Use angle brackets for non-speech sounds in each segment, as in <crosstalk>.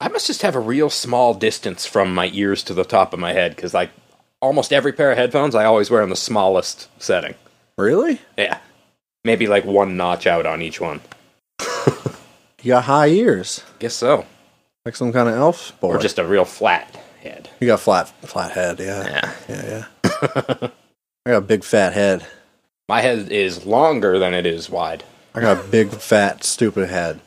I must just have a real small distance from my ears to the top of my head because like almost every pair of headphones I always wear in the smallest setting. Really? Yeah, maybe like one notch out on each one. You got high ears, Guess so, like some kind of elf boy. or just a real flat head. you got flat, flat head. Yeah, Yeah, yeah, yeah. <laughs> I got a big fat head. my head is longer than it is wide. I got a big fat stupid <laughs> head.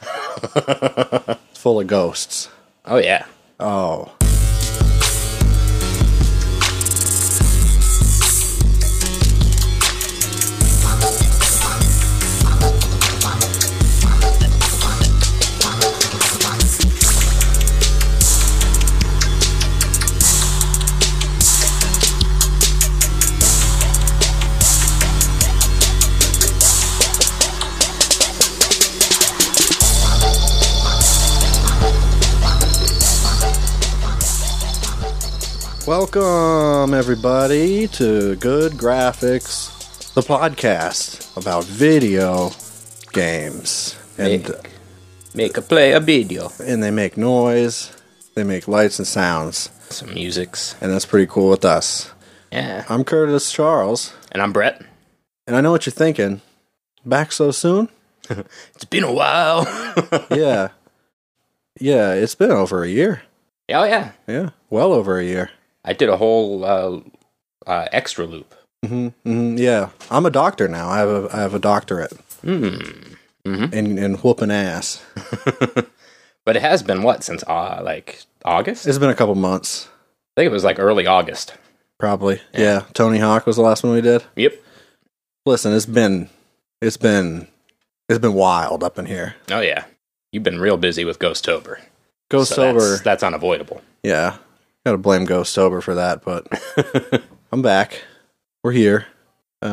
It's full of ghosts. Oh yeah. Oh. Welcome, everybody, to Good Graphics, the podcast about video games. And, uh, Make, make a play a video. and they make noise, they make lights and sounds, Some musics. and that's pretty cool with us. Yeah. I'm Curtis Charles, And I'm Brett. and I know what you're thinking. Back <laughs> so soon? It's been a while. <laughs> oh yeah. Yeah, it's been over a year. yeah. Yeah, well over a year. I did a whole uh, uh, extra loop. hmm hmm yeah, I'm a doctor now. I have a I have a doctorate Hmm. in in whooping ass. But it has been what since uh, like August? I It's been a couple months, think it was like early August. probably. Yeah. Tony Hawk was the last one we did. Yep. Listen, it's been it's been it's been wild up in here. Oh yeah. You've been real busy with Ghostober. Go So sober. That's, that's unavoidable. yeah, gotta blame Go sober for <laughs> that. But I'm back. We're here, uh,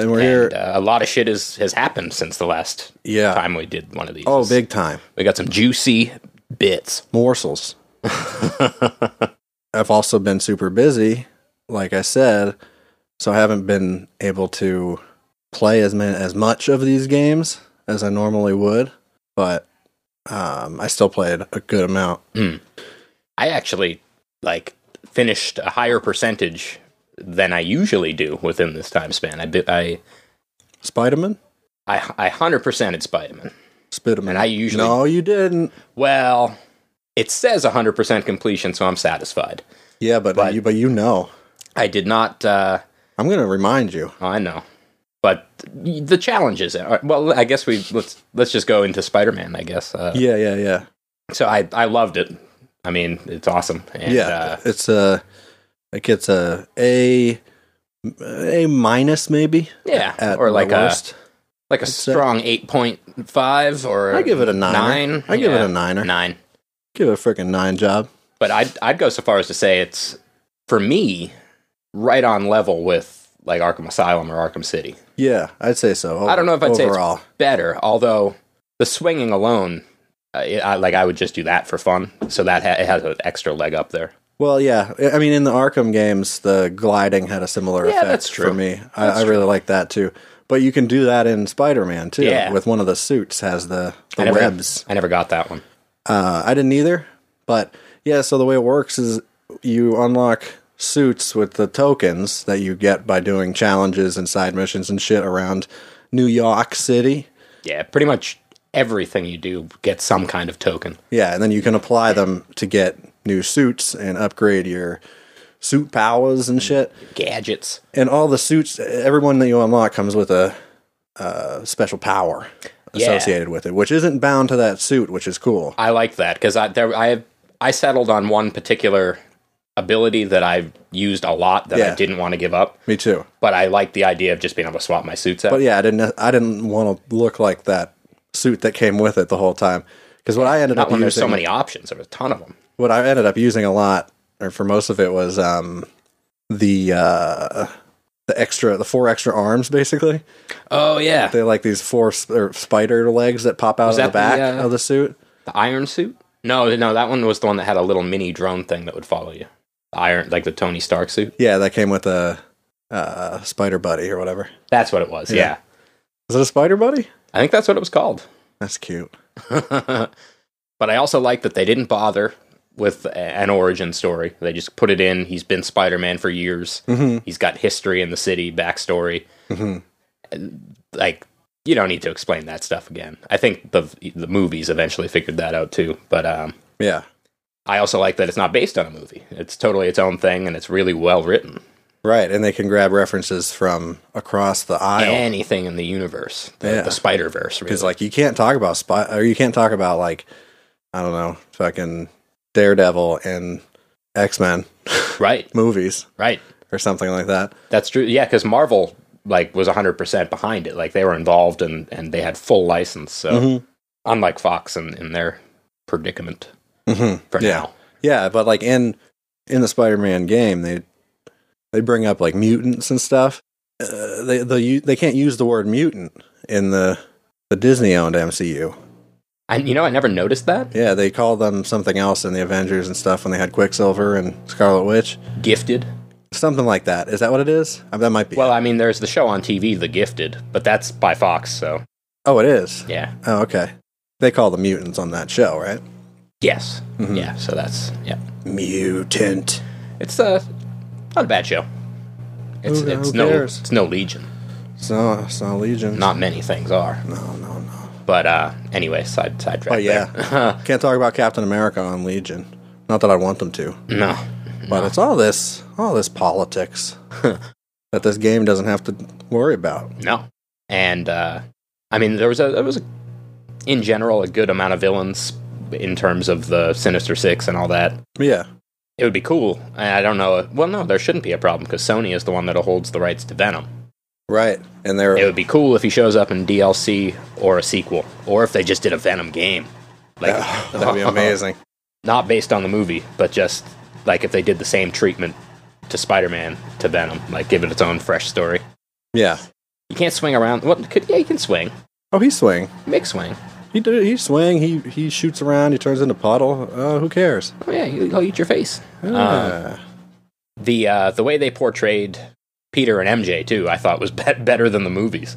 and we're And here. uh, a lot of shit is, has happened since the last Yeah. time we did one of these. Oh, big time We got some juicy bits. <laughs> morsels. I've also been super busy, like I said, so I haven't been able to play as many, as much of these games as I normally would, but um, I still played a good amount. I actually like finished a higher percentage than I usually do within this time span. I bit I Spiderman, I I hundred percent it's Spiderman. Spiderman. And I usually- no, you didn't. Well, it says hundred percent completion, so I'm satisfied. Yeah, but, But- you but you know, I did not. Uh, I'm gonna remind you. Oh, I know, but the challenges. Are, well, I guess we let's let's just go into Spider Man. I guess. Uh, Yeah, yeah, yeah, So I I loved it. I mean, it's awesome. And, yeah. Uh, it's a it gets a a a minus maybe. Yeah, at or the like a- worst. like a uh, strong eight point five or I give it a niner. nine. I give it Yeah, a niner. Nine. Give it a freaking nine job. but I'd I'd go so far as to say it's for me right on level with like Arkham Asylum or Arkham City. Yeah, I'd say so. I don't know if I'd say it's- overall. Better, although the swinging alone, uh, it, I, like I would just do that for fun. So that ha- it has an extra leg up there. Well, yeah. I- I mean, in the Arkham games, the gliding had a similar Yeah, effect that's true. for me. I, I really like that too. But you can do that in Spider-Man too. Yeah. With one of the suits has the, the I never, webs. I never got that one. Uh, I didn't either. But yeah, so the way it works is you unlock suits with the tokens that you get by doing challenges and side missions and shit around New York City. Yeah, pretty much everything you do gets some kind of token. Yeah, and then you can apply them to get new suits and upgrade your suit powers and shit. Gadgets. And all the suits, everyone that you unlock comes with a, uh special power Yeah. associated with it, which isn't bound to that suit, which is cool. I like that because I there I I settled on one particular ability that I've used a lot that I Yeah. didn't want to give up. Me too. But I like the idea of just being able to swap my suits out. But yeah, I didn't. I didn't want to look like that suit that came with it the whole time. Because what I ended Not up when using, there's so many options. There's a ton of them. what I ended up using a lot, or for most of it, was um, the uh, the extra, the four extra arms, basically. Oh yeah, the, They like these four sp- or spider legs that pop out of the that the, back uh, of the suit. iron suit. No, no, that one was the one that had a little mini drone thing that would follow you. The iron, like the Tony Stark suit. Yeah, that came with a uh, spider buddy or whatever. That's what it was. Yeah, Is it a spider buddy? I think that's what it was called. That's cute. but <laughs> But I also like that they didn't bother with a- an origin story. They just put it in. He's been Spider Man for years. Mm-hmm. He's got history in the city, backstory. Mm-hmm. Like you don't need to explain that stuff again. I think the the movies eventually figured that out too. But um, Yeah. I also like that it's not based on a movie. It's totally its own thing, and it's really well written. Right. And they can grab references from across the aisle. Anything in the universe, the, Yeah. the Spider Verse, really. Because, like, you can't talk about spot or you can't talk about, like, I don't know, fucking Daredevil and X Men right, <laughs> movies right. or something like that. That's true. Yeah, because Marvel like was 100% behind it. Like they were involved and and they had full license. So Mm-hmm. unlike Fox and in, their predicament Mm-hmm. for Yeah. now. Yeah, but like in in the Spider-Man game, they they bring up like mutants and stuff. Uh, they they u- they can't use the word mutant in the the Disney-owned MCU. And you know, I never noticed that. Yeah, they call them something else in the Avengers and stuff when they had Quicksilver and Scarlet Witch, Gifted. something like that. Is that what it is? Uh, That might be. Well, I mean, there's the show on TV, The Gifted, but that's by Fox. So oh, it is. yeah. Oh, okay. They call the mutants on that show, right? Yes. Mm-hmm. Yeah. So that's yeah. Mutant. It's uh not a bad show. It's Who- it's who no cares? it's no Legion. It's not, it's not Legion. Not many things are. No, no, no. But uh anyway, side sidetrack. <laughs> But yeah, can't talk about Captain America on Legion. Not that I want them to. there. No. But it's all this, all <laughs> this politics that this game doesn't have to worry about. No. And uh, I mean, there was a there was a, in general a good amount of villains in terms of the Sinister Six and all that. Yeah, It would be cool. And I don't know. Well, no, there shouldn't be a problem because Sony is the one that holds the rights to Venom. right. And It they're would be cool if he shows up in DLC or a sequel, or if they just did a Venom game, like <laughs> <laughs> that'd be amazing. not based on the movie, but just like if they did the same treatment to Spider-Man to Venom, like give it its own fresh story. Yeah. You can't swing around. Well, could, yeah, you can swing. Oh, he swing. Make swing. He do, he swing. He he shoots around. He turns into puddle. Uh, who cares? Oh yeah, you- he'll eat your face. Uh, Ah. the uh, the way they portrayed Peter and MJ too, I thought was <laughs> bet better than the movies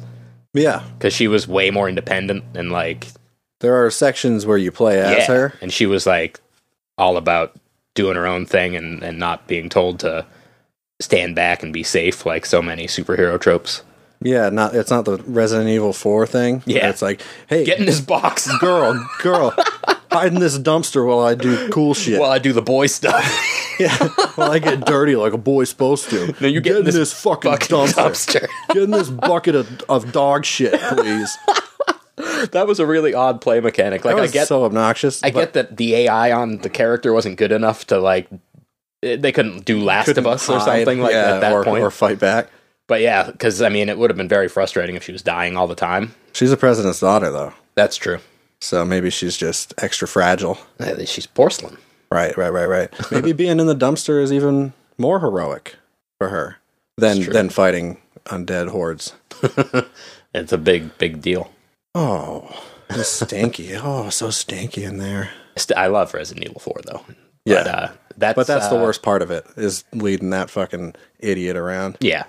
yeah. because she was way more independent and like There are sections where you play as yeah, her. and she was like all about doing her own thing and and not being told to stand back and be safe like so many superhero tropes. Yeah. Not it's not the Resident Evil Four thing. Yeah. It's like hey, Get in this box girl, girl, hide in this dumpster while I do cool <laughs> shit. while I do the boy stuff. <laughs> Yeah, <laughs> well, I get dirty like a boy's supposed to. No, you get in in this this, fucking, fucking dumpster. dumpster. <laughs> get in this bucket of, of dog shit, <laughs> please. that was a really odd play mechanic. Like That I was get so obnoxious. I get that the AI on the character wasn't good enough to like eh, they couldn't do Last of Us or something like that at that or, point. or fight back. But yeah, because I mean, it would have been very frustrating if she was dying all the time. She's the president's daughter, though, That's true. so maybe she's just extra fragile. Eh, She's porcelain. Right, right, right, <laughs> right. Maybe being in the dumpster is even more heroic for her than true. than fighting undead hordes. It's a big, big deal. Oh, it's stinky. Oh, so stinky in there. St- I love Resident Evil Four though. Yeah. but, uh, that's But that's uh, the worst part of it is leading that fucking idiot around. Yeah.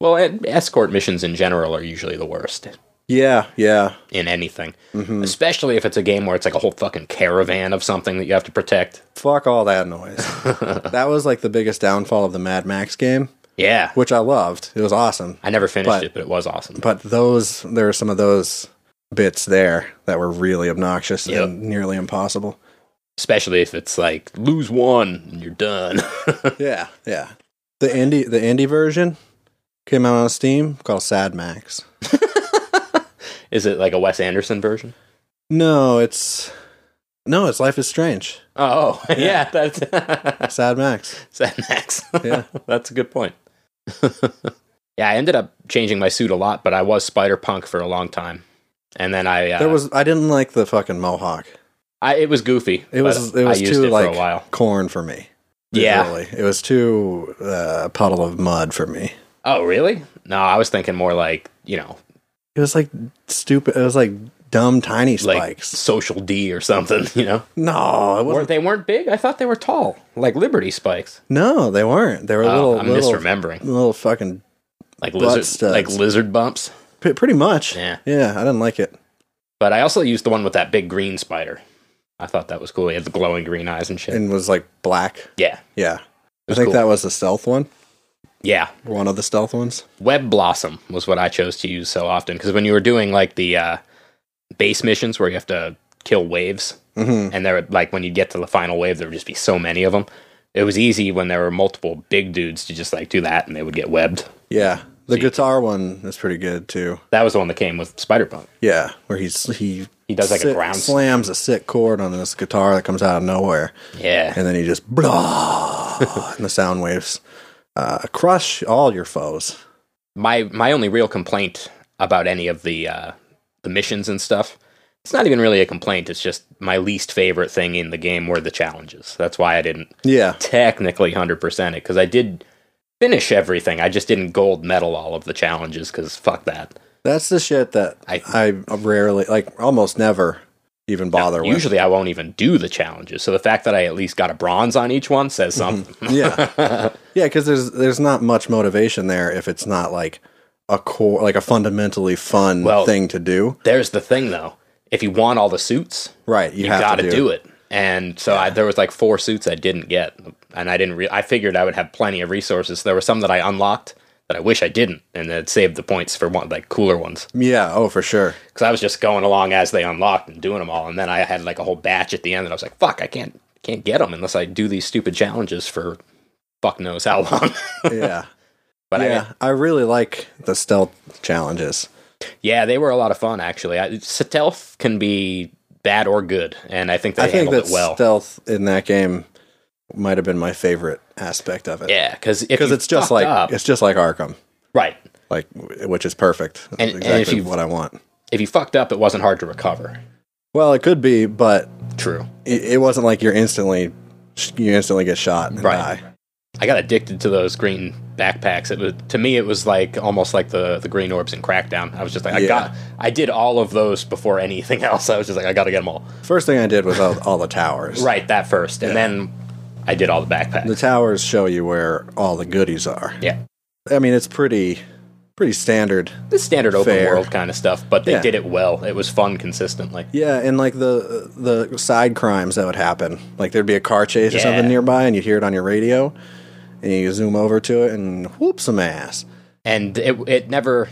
Well, and escort missions in general are usually the worst Yeah, yeah. in anything, especially if it's a game where it's like a whole fucking caravan of something that you have to protect. <laughs> Fuck all that noise. <laughs> that was like the biggest downfall of the Mad Max game, Yeah, which I loved. It was awesome. I never finished But- it, but it was awesome. But those there were some of those bits there that were really obnoxious and nearly impossible. especially if it's like lose one and you're done. <laughs> Yeah, yeah. The indie the indie version came out on Steam called Sad Max. Is it like a Wes Anderson version? No, it's no, it's Life is <laughs> Strange. Oh, yeah, that's <laughs> Sad Max. Sad Max. <laughs> Yeah. that's a good point. <laughs> yeah, I ended up changing my suit a lot, but I was Spider Punk for a long time, and then I uh, There was I didn't like the fucking mohawk. I, it was goofy. It was but it was I used too it like for a while. corn for me. Yeah. Really. It was too uh, puddle of mud for me. Oh, really? No, I was thinking more like you know, It was like stupid. It was like dumb tiny like spikes. social D or something. <laughs> You know, no, it or wasn't. they weren't big. I thought they were tall, like Liberty spikes. no, they weren't. They were Oh, little I'm little, misremembering. little fucking Like butt lizard, studs. like lizard bumps. p- pretty much. Yeah. Yeah, I didn't like it. But I also used the one with that big green spider. I thought that was cool. He had the glowing green eyes and shit. and was like black. yeah. Yeah. I was think cool. that was the stealth one. Yeah. One of the stealth ones. Web Blossom was what I chose to use so often because when you were doing like the uh, base missions where you have to kill waves, hmm and there would like when you get to the final wave, there would just be so many of them. It was easy when there were multiple big dudes to just like do that, and they would get webbed. Yeah. The guitar one is pretty good too. That was the one that came with Spider Punk. Yeah, where he's he He does, like, a sit- ground- slams a sick chord on this guitar that comes out of nowhere, Yeah, and then he just blah, and the sound waves uh, crush all your foes. my my only real complaint about any of the uh, the missions and stuff. It's not even really a complaint. It's just my least favorite thing in the game were the challenges. That's why I didn't Yeah, technically 100% it because I did finish everything. I just didn't gold medal all of the challenges because fuck that. that's the shit that I- I, rarely, like, almost never even bother with. Usually I won't even do the challenges. So the fact that I at least got a bronze on each one says something. <laughs> yeah, yeah, because there's there's not much motivation there if it's not like a core, like a fundamentally fun Well- thing to do. There's the thing though. If you want all the suits, Right, you, you have got to to do it. And so I, there was like four suits I didn't get, and I didn't. Re- I figured I would have plenty of resources. There were some that I unlocked that I wish I didn't, and that saved the points for one like cooler ones. Yeah, oh <laughs> for sure. because I was just going along as they unlocked and doing them all, and then I had like a whole batch at the end, and I was like, "Fuck, I can't can't get them unless I do these stupid challenges for fuck knows how <laughs> long." Yeah. but yeah. yeah, I, really like the stealth challenges. I, yeah, they were a lot of fun actually. I, stealth can be bad or good, and I think they I think handled that it well. stealth in that game might have been my favorite aspect of it. yeah, because because it's just like it's just like Arkham, right. like w- which is perfect. That's And- and if exactly you've- what I want. If you fucked up, it wasn't hard to recover. Well, it could be, but True. it, it wasn't like you're instantly you instantly get shot and Right. die. I got addicted to those green backpacks. It was to me, it was like almost like the the green orbs in Crackdown. I was just like, I Yeah. got, I did all of those before anything <laughs> else. I was just like, I got to get them all. First thing I did was all, all the towers. Right, that first, and then I did all the The backpacks. towers show you where all the goodies are. Yeah, I mean, it's pretty pretty standard. the standard open Fair. world kind of stuff, but they Yeah. did it well. It was fun consistently. Yeah, and like the the side crimes that would happen, like there'd be a car chase or Yeah. something nearby, and you'd hear it on your radio, and you zoom over to it and whoop some ass. And it it never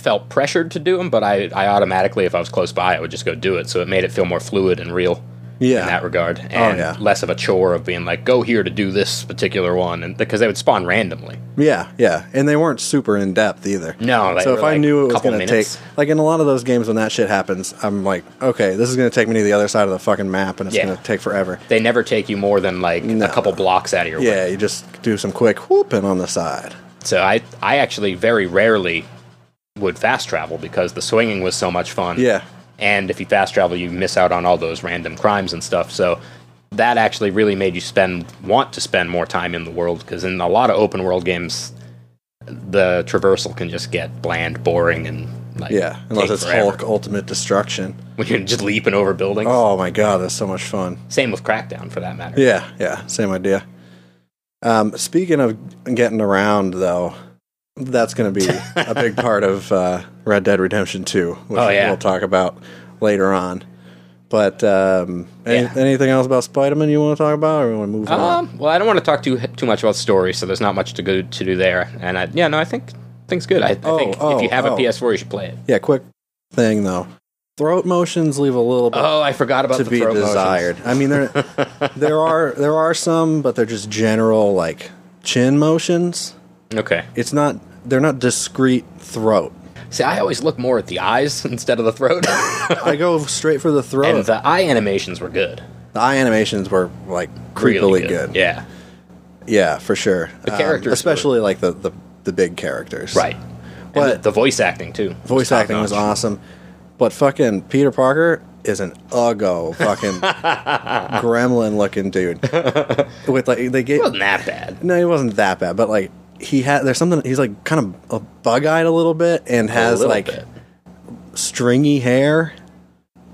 felt pressured to do them, but I I automatically, if I was close by, I would just go do it. So it made it feel more fluid and real in Yeah, that regard, and Oh, yeah. less of a chore of being like, go here to do this particular one, and because they would spawn randomly. yeah, yeah, and they weren't super in depth either. No, they so were, if I like, knew it was couple going to take, minutes. like in a lot of those games when that shit happens, I'm like, okay, this is going to take me to the other side of the fucking map, and it's Yeah. going to take forever. They never take you more than like No. a couple blocks out of your way. Yeah, you just do some quick whooping on the side. So I, I actually very rarely would fast travel because the swinging was so much fun. Yeah, And if you fast travel, you miss out on all those random crimes and stuff. So that actually really made you spend want to spend more time in the world because in a lot of open world games, the traversal can just get bland, boring, and like yeah, unless take it's forever. Hulk Ultimate Destruction. <laughs> when you're just leaping over buildings. Oh my god, that's so much fun. Same with Crackdown for that matter. Yeah, yeah, same idea. Um, speaking of getting around, though, that's going to be <laughs> a big part of uh, Red Dead Redemption 2, which Oh, yeah. we'll talk about later on. But um, any- Yeah. anything else about Spider Man you want to talk about, or we want to move on? Um, well, I don't want to talk too too much about story, so there's not much to go to do there. And I, yeah, no, I think thing's good. I, I Oh, think if oh, you have oh. a PS4, you should play it. Yeah, quick thing, though. Throat motions leave a little bit Oh, I forgot about to the be throat motions. desired. I mean, there <laughs> there are there are some, but they're just general like chin motions. Okay. It's not they're not discrete throat. See, I always look more at the eyes <laughs> instead of the <laughs> throat, I go straight for the throat. and the eye animations were good. The eye animations were like creepily Really good. Yeah. Yeah, for sure. The characters were- especially like the, the the big characters. Right. But- But the, the voice acting too. was Voice acting was top-notch. awesome, but fucking Peter Parker is an <laughs> uggo fucking gremlin looking dude. With like they gave It wasn't that bad. no, he wasn't that bad, but like he had there's something he's like kind of bug eyed a little bit and A has little like bit. stringy hair.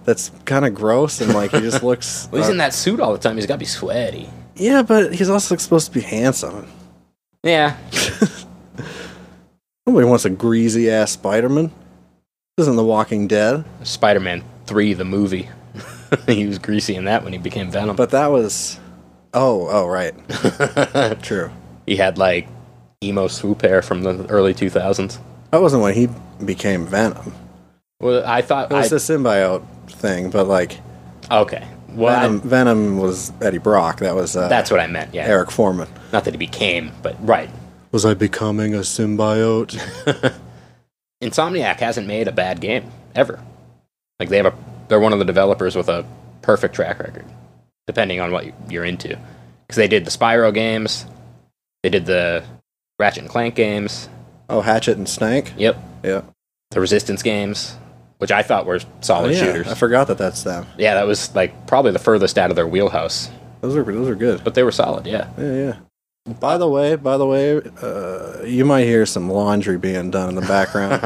That's kind of gross, and like <laughs> he just looks. Well, he's in that suit all the time. He's got to be sweaty. yeah, but he's also supposed to be handsome. Yeah. Nobody wants a greasy ass Spider Man. This isn't The Walking Dead. Spider-Man Three, the movie. <laughs> he was greasy in that when he became Venom. But that was. Oh, oh, <laughs> right. But True. he had like emo swoop hair from the early 2000s. That wasn't when he became Venom. Well, I thought It was I, the symbiote thing, but like okay. Well, I- Venom, Venom was Eddie Brock. That was uh, that's what I meant. Yeah, Eric Foreman. not that he became, but right. Was I becoming a symbiote? Insomniac hasn't made a bad game ever. Like they have a, they're one of the developers with a perfect track record, depending on what you- you're into. Because they did the Spyro games, they did the Ratchet and Clank games. oh, Hatchet and Snake. Yep, Yeah. the Resistance games, which I thought were solid Oh, yeah, shooters. I forgot that that's them. yeah, that was like probably the furthest out of their wheelhouse, Those are those are good. but they were solid. Yeah. Yeah, yeah. By the way, by the way, uh, you might hear some laundry being done in the background,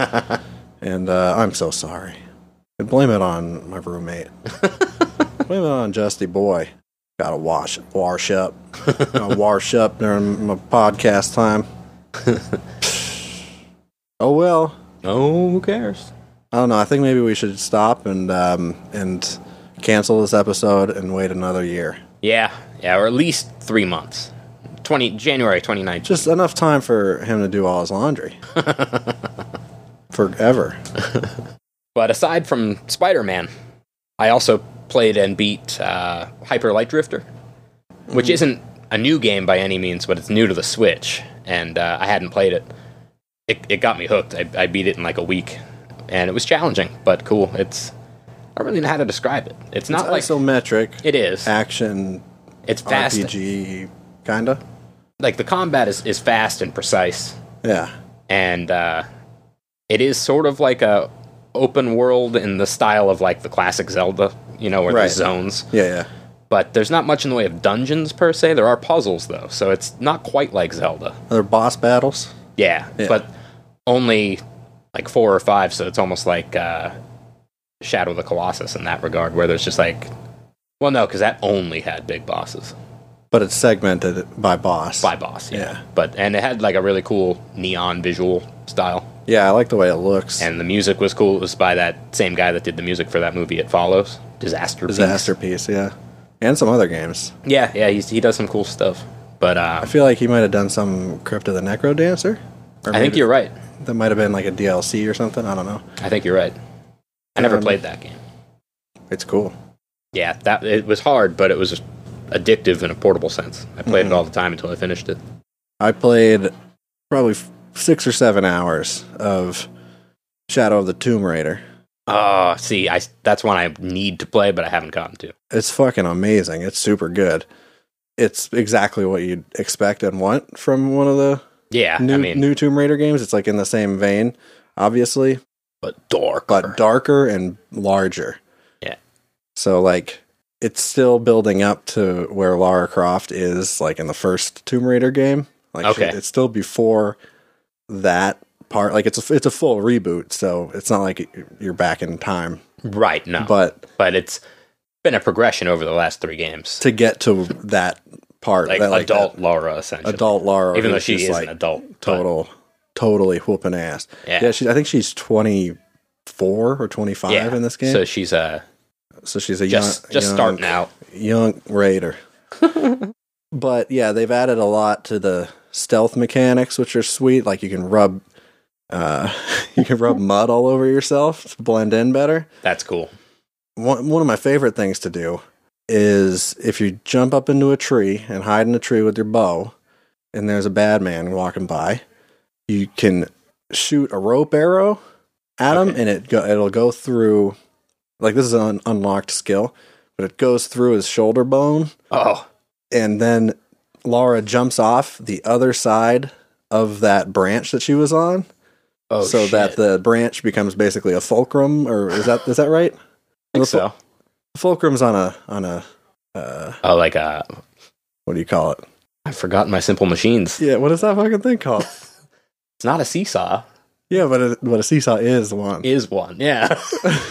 and uh, I'm so sorry. I blame it on my roommate. blame it on Justy Boy. Got to wash wash up, Gotta wash up during my podcast time. oh well. Oh, who cares? I don't know. I think maybe we should stop and um, and cancel this episode and wait another year. Yeah, yeah, or at least three months. Twenty January 29th. Just enough time for him to do all <laughs> his laundry. Forever. But aside from Spider Man, I also played and beat uh, Hyper Light Drifter, which isn't a new game by any means, but it's new to the Switch, and uh, I hadn't played it. It, it got me hooked. I, I beat it in like a week, and it was challenging, but cool. It's I don't really know how to describe it. It's not like Isometric it is. action It's fast. RPG kinda. Like the combat is, is fast and precise. Yeah. and uh, it is sort of like a open world in the style of like the classic Zelda, you know, where Right. there's zones. Yeah, yeah. But there's not much in the way of dungeons per se. There are puzzles though, so it's not quite like Zelda. Are there boss battles? Yeah, Yeah. but only like four or five, so it's almost like uh, Shadow of the Colossus in that regard, where there's just like, well, no, because that only had big bosses. But it's segmented by boss. By boss, yeah. Yeah. But and it had like a really cool neon visual style. Yeah, I like the way it looks. and the music was cool. It was by that same guy that did the music for that movie. It follows Disaster. Piece. Disaster piece, yeah. And some other games. Yeah, yeah, he's, he does some cool stuff. But uh, I feel like he might have done some Crypt of the Necro Dancer. I think you're right. that might have been like a DLC or something. I don't know. I think you're right. I never Um, played that game. It's cool. Yeah, that it was hard, but it was addictive in a portable sense. I played Mm-hmm. it all the time until I finished it. I played probably f- six or seven hours of Shadow of the Tomb Raider. Oh, see, I that's one I need to play, but I haven't gotten to. It's fucking amazing. It's super good. It's exactly what you'd expect and want from one of the Yeah, new, I mean, new Tomb Raider games. It's like in the same vein, obviously, but dark. but darker and larger. Yeah. So like it's still building up to where Lara Croft is like in the first Tomb Raider game. Like she- Okay. it's still before that part. Like it's a, it's a full reboot, so it's not like you're back in time. right? No, but, But it's been a progression over the last three games. to get to that part, Like that, like, adult that Laura, essentially. adult Lara, even though who's she just, is like, an adult. but- total, totally whooping ass. Yeah. yeah she, I think she's twenty four or twenty five yeah. in this game. So So, she's uh, she's a just young, just young, starting out. young raider but yeah they've added a lot to the stealth mechanics which are sweet like you can rub uh, <laughs> you can rub mud all over yourself to blend in better That's cool. one, one of my favorite things to do is if you jump up into a tree and hide in a tree with your bow and there's a bad man walking by you can shoot a rope arrow at him Okay. and it go, it'll go through like this is an unlocked skill but it goes through his shoulder bone Oh, and then Laura jumps off the other side of that branch that she was on, oh, so that the branch becomes basically a fulcrum, or is that is that I right? think the ful- so. fulcrum's on a on a uh, Oh, like uh, what do you call it? I've forgotten my simple machines. Yeah, what is that fucking thing <laughs> called? It's not a seesaw. yeah, but a, but a seesaw is one. Is one? Yeah. <laughs>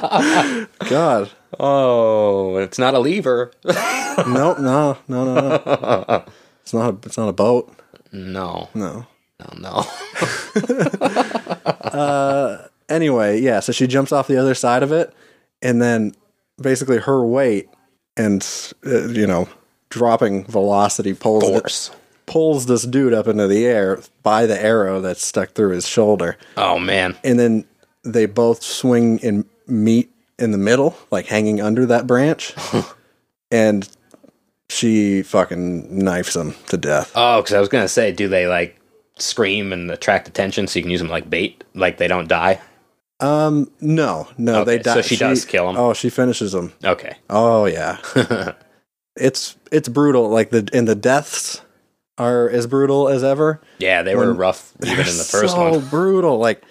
God, oh, it's not a lever. nope, no, no, no, no. <laughs> no, It's not a, it's not a boat. no, <laughs> No. no. uh, anyway, yeah. So she jumps off the other side of it, and then basically her weight and uh, you know dropping velocity pulls thi- Force. pulls this dude up into the air by the arrow that's stuck through his shoulder, Oh man, and then they both swing and meet in the middle, like hanging under <laughs> that branch, and she fucking knifes him to death. Oh, because I was gonna say, do they like scream and attract attention so you can use them like bait, like they don't die? Um, no, no, Okay, they die. so she does kill him. Oh, she finishes him. Okay. <laughs> Oh yeah, it's it's brutal. Like the and the deaths are as brutal as ever. yeah, they were When- rough even <laughs> in the first so one. brutal. Like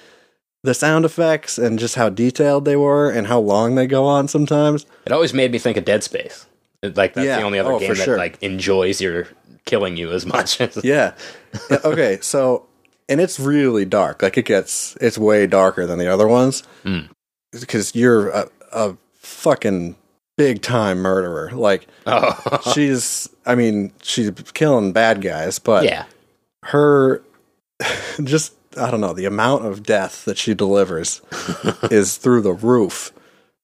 the sound effects and just how detailed they were and how long they go on sometimes. It always made me think of Dead Space. It- Like that's Yeah, the only other oh, game for that sure. like enjoys your killing you as much. as Yeah. Yeah, okay. So and it's really dark. Like it gets it's way darker than the other ones Mm. because you're a, a fucking big time murderer. Like <laughs> Oh, she's I mean she's killing bad guys, but yeah. her <laughs> just I don't know the amount of death that she delivers is through the roof,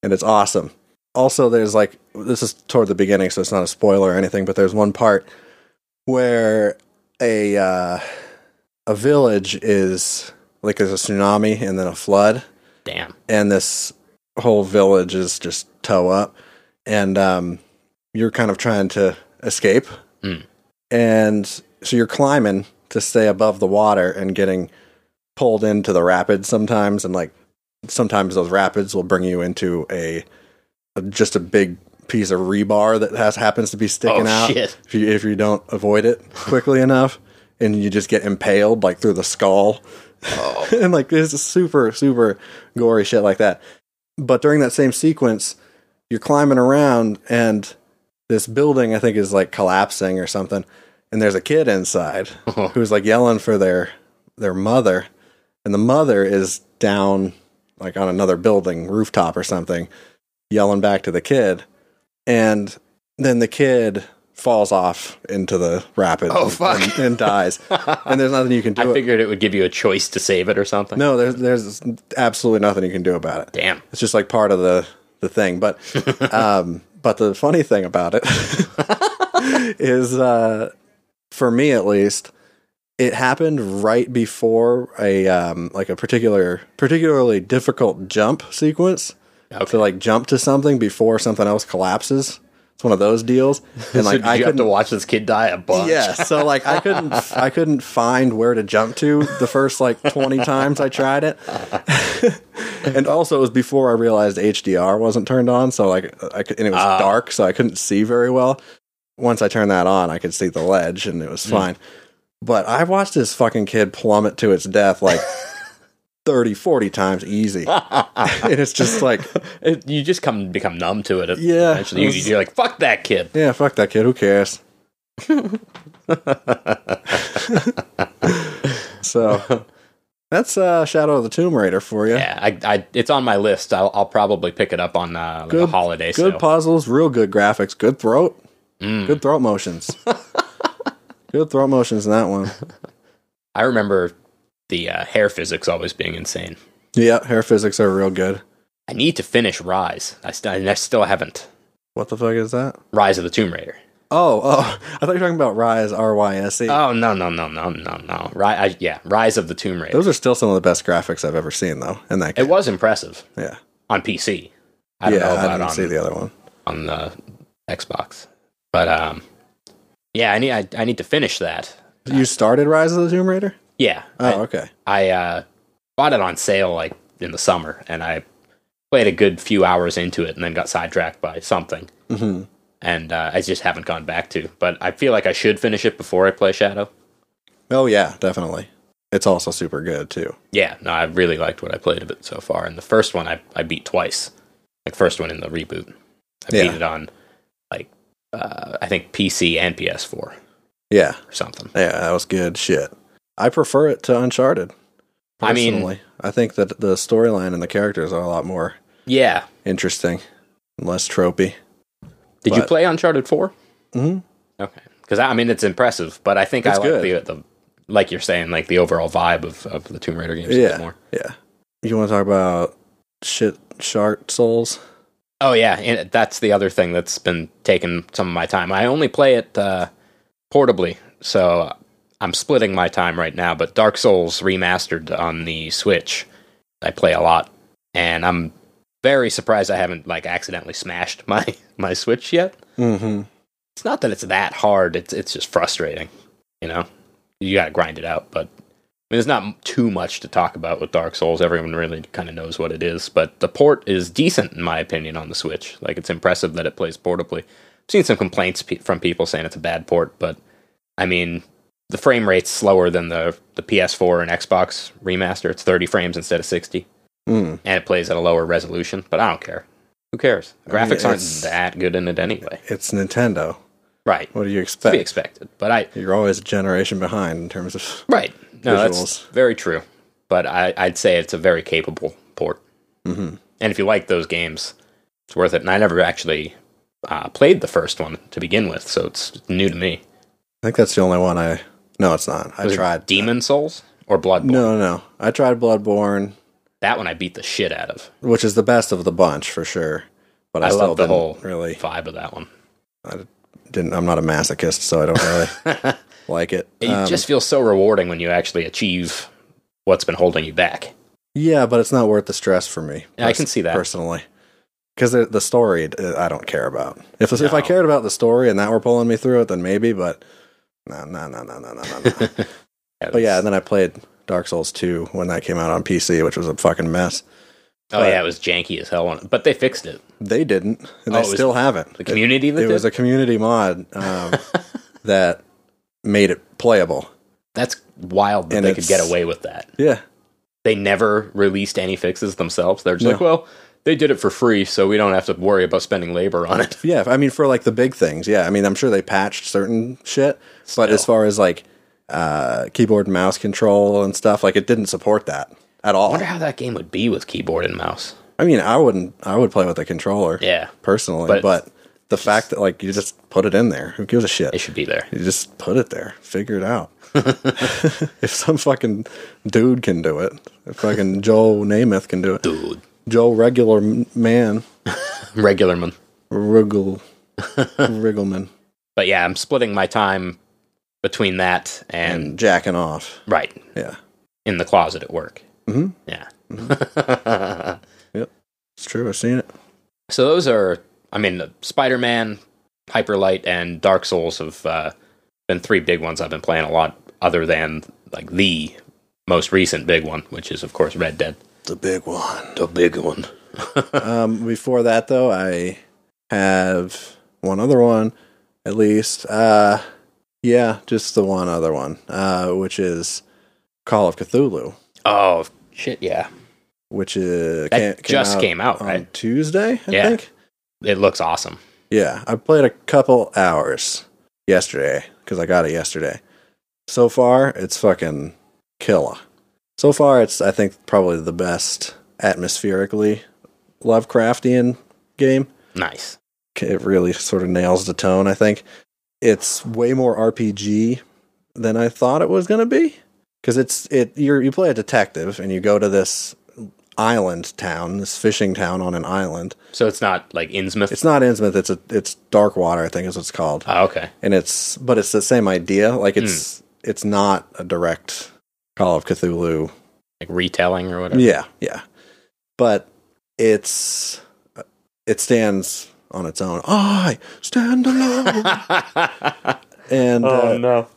and it's awesome. Also, there's like this is toward the beginning, so it's not a spoiler or anything, but there's one part where a uh, a village is like there's a tsunami and then a flood, Damn. and this whole village is just toe up and um, you're kind of trying to escape Mm. and so you're climbing to stay above the water and getting pulled into the rapids sometimes and like sometimes those rapids will bring you into a, a- just a big piece of rebar that has happens to be sticking Oh, out shit. if you if you don't avoid it quickly <laughs> enough and you just get impaled like through the skull <laughs> and like this is super super gory shit like that but during that same sequence you're climbing around and this building i think is like collapsing or something and there's a kid inside who's like yelling for their their mother and the mother is down like on another building rooftop or something yelling back to the kid and then the kid falls off into the rapids Oh, and- fuck. and, <laughs> and dies and there's nothing you can <laughs> do I figured it would give you a choice to save it or something. no, there's there's absolutely nothing you can do about it. Damn. It's just like part of the the <laughs> thing. But um, but the funny thing about it <laughs> is, uh, for me at least, it happened right before a um, like a particular particularly difficult jump sequence Okay. to like jump to something before something else collapses. It's one of those <laughs> deals, and so like did I you have couldn't to watch this kid die a bunch? yeah, so like <laughs> I couldn't I couldn't find where to jump to the first like 20 times I tried it. <laughs> and also it was before I realized HDR wasn't turned on, so like I could, and it was Ah. dark, so I couldn't see very well. Once I turned that on, I could see the ledge and it Hmm. was fine. But I watched this fucking kid plummet to its <laughs> death like 30 40 times easy. <laughs> and it's just like It- you just come become numb to it. Yeah. Eventually, you, you're like, "Fuck that kid." Yeah, fuck that kid. <laughs> Who cares? so that's uh, Shadow of the Tomb Raider for you. Yeah, I, I, it's on my list. I'll, I'll probably pick it up on uh, like a Good- holiday Good sale. puzzles, real good graphics, good throat, Mm. good <laughs> throat motions. good throat motions in that one. I remember the uh, hair physics always being insane. Yeah, hair physics are real good. I need to finish Rise. I, st- and I still haven't. What the fuck is that? Rise of the Tomb Raider. Oh, oh, <laughs> I thought you were talking about Rise, R Y S E. Oh no no no no no no. Ri- I, yeah, Rise of the Tomb Raider. Those are still some of the best graphics I've ever seen, though. In that it game, was impressive yeah, on PC. I don't yeah, know I about didn't see on, the other one. on the Xbox, but um, yeah, I need I, I need to finish that. You started Rise of the Tomb Raider? Yeah, I- Oh, okay. I uh, bought it on sale like in the summer, and I played a good few hours into it, and then got sidetracked by something, hmm and uh, I just haven't gone back to. But I feel like I should finish it before I play Shadow. Oh yeah, definitely. It's also super good too. Yeah, no, I really liked what I played of it so far, and the first one I, I beat twice, like first one in the reboot. I Yeah. beat it on like uh, I think PC and PS4 or Yeah, something. yeah, that was good shit. I prefer it to Uncharted. I mean- personally. I think that the storyline and the characters are a lot more Yeah, interesting, and less tropey. did you But- play Uncharted Four? Mhm. Okay, because I I mean it's impressive, but I think It's I like good. the, the like you're saying like the overall vibe of, of the Tomb Raider games a bit Yeah, more. yeah. You want to talk about shit shark souls? Oh yeah, and that's the other thing that's been taking some of my time. I only play it uh, portably, so I'm splitting my time right now. But Dark Souls remastered on the Switch, I play a lot, and I'm very surprised I haven't like accidentally smashed <laughs> my my Switch yet. Mm-hmm. It's not that it's that hard; it's it's just frustrating. You know, you got to grind it out. But I mean, there's not too much to talk about with Dark Souls. Everyone really kind of knows what it is. But the port is decent, in my opinion, on the Switch. Like it's impressive that it plays portably. I've seen some complaints pe- from people saying it's a bad port, but I mean, the frame rate's slower than the the PS4 and Xbox remaster. It's 30 frames instead of 60, Mm. and it plays at a lower resolution. But I don't care. Who cares? I mean, Graphics it's- aren't that good in it anyway. It's Nintendo. Right. What do you To be expect? expected. But I You're always a generation behind in terms of. <laughs> Right. No, that's Visuals. very true. But I, I'd say it's a very capable port. Mhm. And if you like those games, it's worth it. And I never actually uh, played the first one to begin with, so it's new to me. I think that's the only one I. No, it's not. I Was it tried. Demon Souls or Bloodborne. No, no. I tried Bloodborne, That one I beat the shit out of. which is the best of the bunch for sure. But I, I still love the didn't whole- really Vibe of that one. didn't. I'm not a masochist, so I don't really <laughs> like it. It Um, just feels so rewarding when you actually achieve what's been holding you back. yeah, but it's not worth the stress for me. Yeah, I can see that. personally, because the, the story uh, I don't care about. If if I No. cared about the story and that were pulling me through it, then maybe. But no, no, no, no, no, no, <laughs> no. no. but yeah, and then I played Dark Souls two when that came out on PC, which was a fucking mess. oh yeah, it was janky as hell, on it. but they fixed it. They didn't, and Oh, they it was still haven't. The It- community that it did was a community mod <laughs> um, that made it playable. that's wild that And they could get it's- away with that. Yeah, they never released any fixes themselves. They're just No. like, well, they did it for free, so we don't have to worry about spending labor on it. <laughs> yeah. I mean, for like the big things, yeah. I mean, I'm sure they patched certain shit, but as far as like uh, keyboard and mouse control and stuff, like it didn't support that at I all. wonder how that game would be with keyboard and mouse. I mean, I wouldn't. I would play with a controller, Yeah, personally. But, But- the fact that like you just put it in there, who gives a shit? it should be there. You just put it there. Figure it <laughs> out. if some fucking dude can do it, if fucking Joel Namath can do it, Dude, Joe regular m- man, regular man. <laughs> Wriggle, Wriggleman, But yeah, I'm splitting my time between that and, and jacking off. right Yeah, in the closet at work. Mhm. Yeah. <laughs> it's true. I've seen it. so those are, I mean, Spider-Man, Hyperlight, and Dark Souls have uh, been three big ones I've been playing a lot. Other than like the most recent big one, which is of course Red Dead. The big one. <laughs> the big one. um, before that though, I have one other one, at least. Uh, yeah, just the one other one, uh, which is Call of Cthulhu, Oh shit! Yeah, which is That just came out, um, on right? Tuesday. I Yeah. think. it looks awesome. Yeah, I played a couple hours yesterday because I got it yesterday. So far, it's fucking killer. So far, it's I think probably the best atmospherically Lovecraftian game. Nice. It really sort of nails the tone. I think it's way more RPG than I thought it was going to be because it's it you you play a detective and you go to this island town, this fishing town on an island. So it's not like Innsmouth. It's not Innsmouth. It's a it's Darkwater. I think is what it's called oh, okay. and it's but it's the same idea. Like it's Hmm. it's not a direct Call of Cthulhu. Like retelling or whatever. Yeah, yeah. But it's it stands on its own. I <laughs> stand alone. and uh, Oh, no.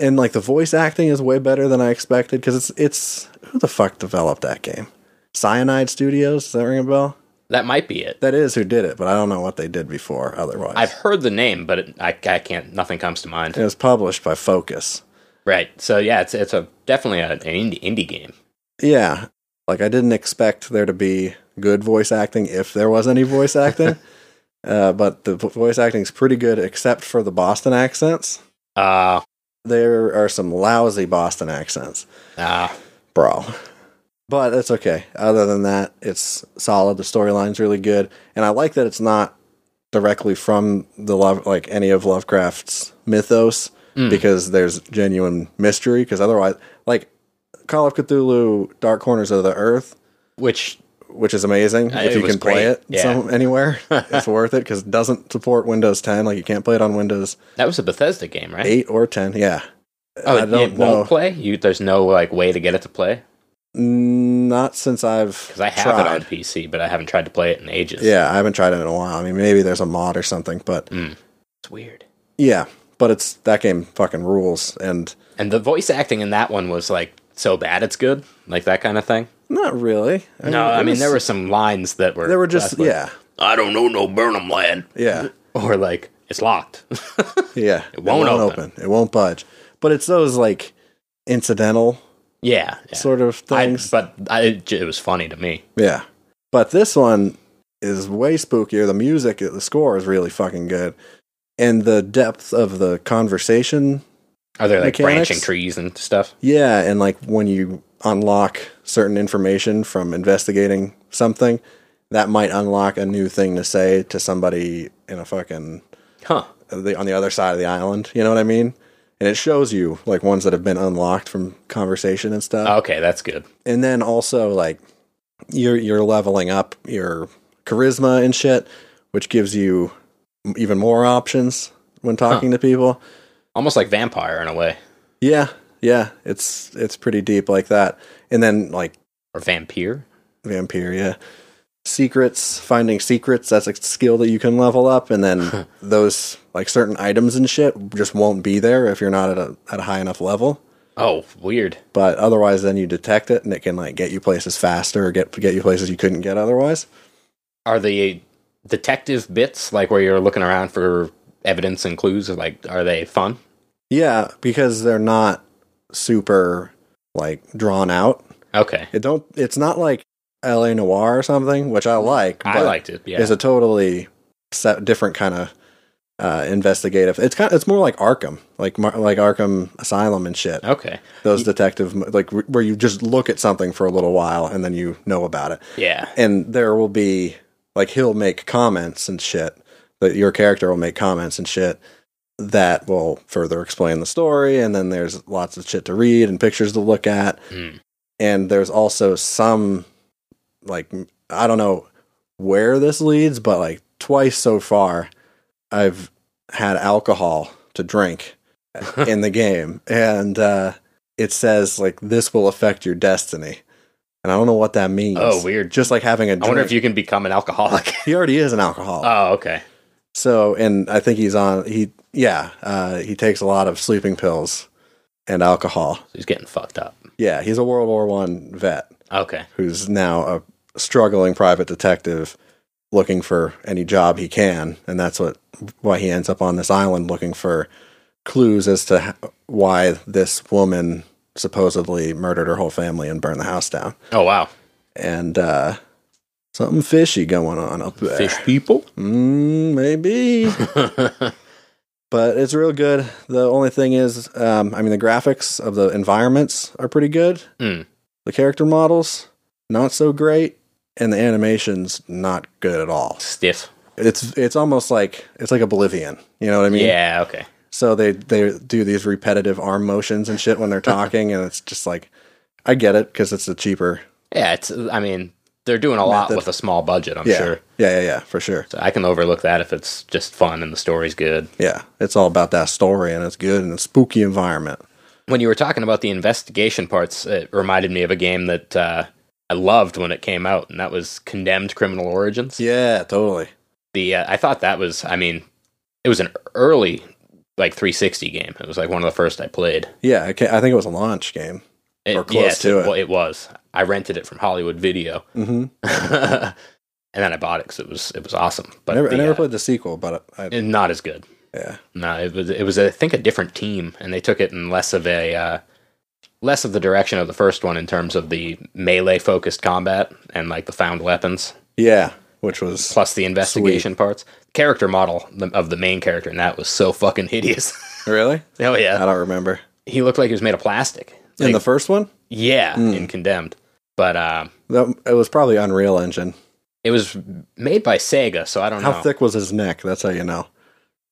and like the voice acting is way better than I expected because it's it's who the fuck developed that game? Cyanide Studios. Does that ring a bell? <laughs> That might be it. That is who did it, but I don't know what they did before. Otherwise, I've heard the name, but it, I, I can't. Nothing comes to mind. it was published by Focus. Right. So yeah, it's it's a definitely a, an indie, indie game. Yeah. Like I didn't expect there to be good voice acting if there was any voice acting. uh, but the vo- voice acting's pretty good except for the Boston accents. Uh, There are some lousy Boston accents, uh bro. But that's okay. Other than that, it's solid. The storyline's really good, and I like that it's not directly from the love like any of Lovecraft's mythos because there's genuine mystery because otherwise like Call of Cthulhu Dark Corners of the Earth which which is amazing. Uh, if it you was can play great. it Yeah. some, anywhere, <laughs> <laughs> it's worth it because it doesn't support Windows 10. Like you can't play it on Windows That was a Bethesda game, right? 8 or 10. Yeah. oh, I it, don't it know. won't play. You, there's no like way to get it to play Not since I've. because I have it on PC, but I haven't tried to play it in ages. Yeah, I haven't tried it in a while. I mean, maybe there's a mod or something, but it's weird. yeah. But it's that game fucking rules and And the voice acting in that one was like so bad it's good, like that kind of thing. not really. I no, it I mean was- there were some lines that were there were just like, yeah, I don't know no Burnham lad, yeah, <laughs> or like it's locked. <laughs> yeah. It won't open. It won't budge. But it's those like incidental yeah, yeah. sort of I, things. but I, it j- it was funny to me. Yeah. But this one is way spookier. The music, the score is really fucking good. And the depth of the conversation. Are there like Mechanics? branching trees and stuff? Yeah. And like when you unlock certain information from investigating something, that might unlock a new thing to say to somebody in a fucking Huh. the, on the other side of the island. You know what I mean? And it shows you like ones that have been unlocked from conversation and stuff. Okay, that's good. and then also like you're you're leveling up your charisma and shit, which gives you m- even more options when talking to people. Almost like vampire in a way, Yeah, yeah, it's it's pretty deep like that. And then like or vampire. vampire, yeah, secrets, finding secrets. That's a skill that you can level up, and then those like certain items and shit just won't be there if you're not at a at a high enough level. Oh, weird. But otherwise, then you detect it, and it can like get you places faster, or get get you places you couldn't get otherwise. Are the detective bits like where you're looking around for evidence and clues? Like, are they fun? Yeah, because they're not super like drawn out. Okay, It don't. It's not like L.A. Noir or something, which I like. I liked it. Yeah, It's a totally set, different kind of uh, investigative. It's kind. It's more like Arkham, like Mar- like Arkham Asylum and shit. okay, Those detective, mo- like wh- where you just look at something for a little while and then you know about it. yeah. <laughs> And there will be like he'll make comments and shit. That your character will make comments and shit that will further explain the story. And then there's lots of shit to read and pictures to look at. Hmm. And there's also some like m- I don't know where this leads, but like twice so far, I've had alcohol <laughs> to drink in the game, and uh, it says like this will affect your destiny. And I don't know what that means. Oh, weird. Just like having a drink. I wonder if you can become an alcoholic. <laughs> he already is an alcoholic. oh, okay. So, and I think he's on. He, yeah, uh, he takes a lot of sleeping pills and alcohol. So he's getting fucked up. Yeah, he's a World War One vet Okay. who's now a struggling private detective looking for any job he can, and that's what why he ends up on this island looking for clues as to h- why this woman supposedly murdered her whole family and burned the house down. Oh wow. And uh, something fishy going on up there. Fish <laughs> people. Mm, maybe. but it's real good. The only thing is, um, I mean, the graphics of the environments are pretty good. Mm. The character models not so great, and the animations not good at all. Stiff. It's it's almost like it's like Oblivion. You know what I mean? Yeah. Okay. So they they do these repetitive arm motions and shit <laughs> when they're talking, and it's just like, I get it because it's a cheaper. Yeah. It's. I mean, they're doing a lot Method. with a small budget. I'm Yeah, sure. yeah, yeah, yeah, for sure. So I can overlook that if it's just fun and the story's good. Yeah, it's all about that story, and it's good and a spooky environment. When you were talking about the investigation parts, it reminded me of a game that uh, I loved when it came out, and that was Condemned Criminal Origins. Yeah, totally. The uh, I thought that was. I mean, it was an early like 360 game. It was like one of the first I played. Yeah, I, ca I think it was a launch game. It, Or close to it. wa- it was. I rented it from Hollywood <laughs> Video. Mm-hmm. and then I bought it because it was it was awesome. But I never, I the, never uh, played the sequel, but I, it- not as good. yeah, No, it was it was I think a different team, and they took it in less of a uh, less of the direction of the first one in terms of the melee focused combat and like the found weapons yeah, which was plus the investigation parts. Character model th- of the main character and that was so fucking <laughs> hideous. really oh I yeah, don't remember he looked like he was made of plastic. in Like, the Hmm. first one. yeah, in Condemned, but. Uh, That, it was probably Unreal Engine. it was made by Sega, so I don't How know. thick was his neck? That's how you know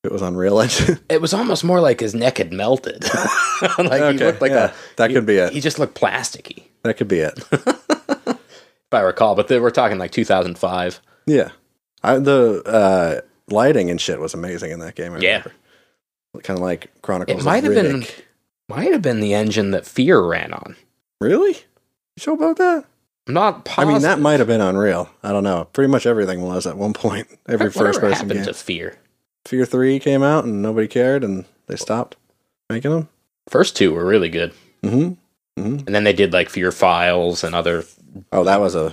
it was Unreal Engine. <laughs> It was almost more like his neck had melted. <laughs> like he looked like yeah, a that could be it. he just looked plasticky. that could be it. if I recall. But they, we're talking like 2005. <laughs> Yeah, I, the uh, lighting and shit was amazing in that game. I Yeah. kind of like Chronicles. It might of have been Riddick. might have been the engine that Fear ran on. really. You sure about that? I'm not I positive. mean, that might have been Unreal. I don't know. Pretty much everything was at one point. <laughs> Every Whatever first person happened game. to Fear. Fear Three came out and nobody cared, and they stopped making them. First two were really good, Mm-hmm. mm-hmm. and then they did like Fear Files and other. Oh, that was a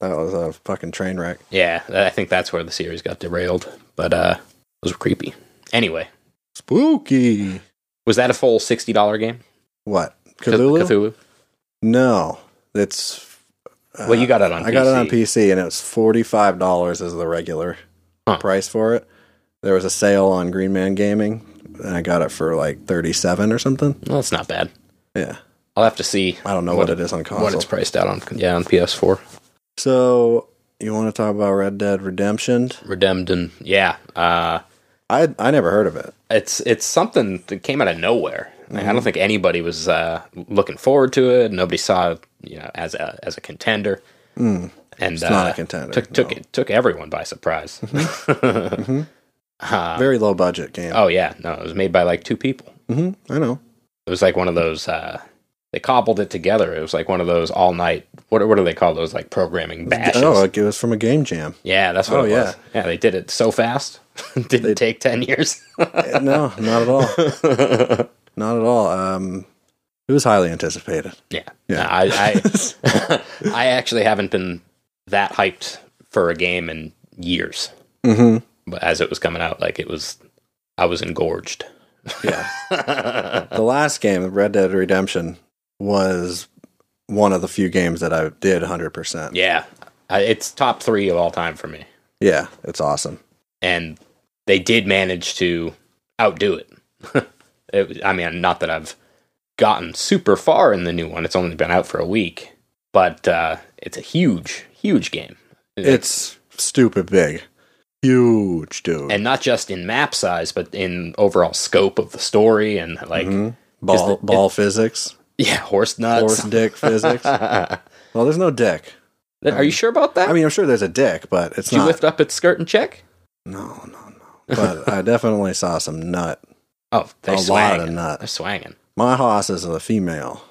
that was a fucking train wreck. Yeah, I think that's where the series got derailed. But uh, those were creepy. Anyway, Spooky. was that a full sixty dollar game? What? Ca- Cthulhu? Cthulhu. No, it's. uh, well, you got it on. I got it on PC, and it was forty five dollars as the regular Huh. price for it. There was a sale on Green Man Gaming, and I got it for like thirty seven or something. Well, that's not bad. Yeah, I'll have to see I don't know what, it is on what console. it's priced out on. Yeah, on PS4. So you want to talk about Red Dead Redemption? Redemned and yeah, uh, I I never heard of it. it's it's something that came out of nowhere. Like, Mm-hmm. I don't think anybody was uh, looking forward to it. Nobody saw it, you know as a as a contender. And uh, Mm. not a contender, Took took no. Mm-hmm. it took everyone by surprise. Very low budget <laughs> game. Ah. oh yeah, no, it was made by like two people. hmm I know. It was like one of Mm-hmm. those. Uh, they cobbled it together. It was like one of those all night. What what do they call those? Like programming bashes. Oh, it was from a game jam. Yeah, that's what Oh, it yeah. was. Yeah, they did it so fast. <laughs> Didn't take 10 <laughs> years. <laughs> Eh, no, not at all. not at all. Um, it was highly anticipated. yeah. No, Yeah. I I, <laughs> I actually haven't been that hyped for a game in years. Mm-hmm. But as it was coming out, like it was I was engorged. Yeah. The last game, Red Dead Redemption, was one of the few games that I did 100%. <laughs> yeah. I, it's top 3 of all time for me. Yeah, it's awesome. And they did manage to outdo it. <laughs> it was- I mean, not that I've gotten super far in the new one. It's only been out for a week, but uh, it's a huge, huge game. It's stupid big. Huge, dude. and not just in map size, but in overall scope of the story and like Mm-hmm. ball is the- ball physics, <laughs> yeah, horse nuts. horse <laughs> dick physics. Well, there's no dick. Are you sure about that? I mean, I'm sure there's a dick, but it's Did you not. lift up its skirt and check? no, no, no. But I definitely saw some nut. Oh, they're A lot swanging. of nut. They're swanging. My hoss is a female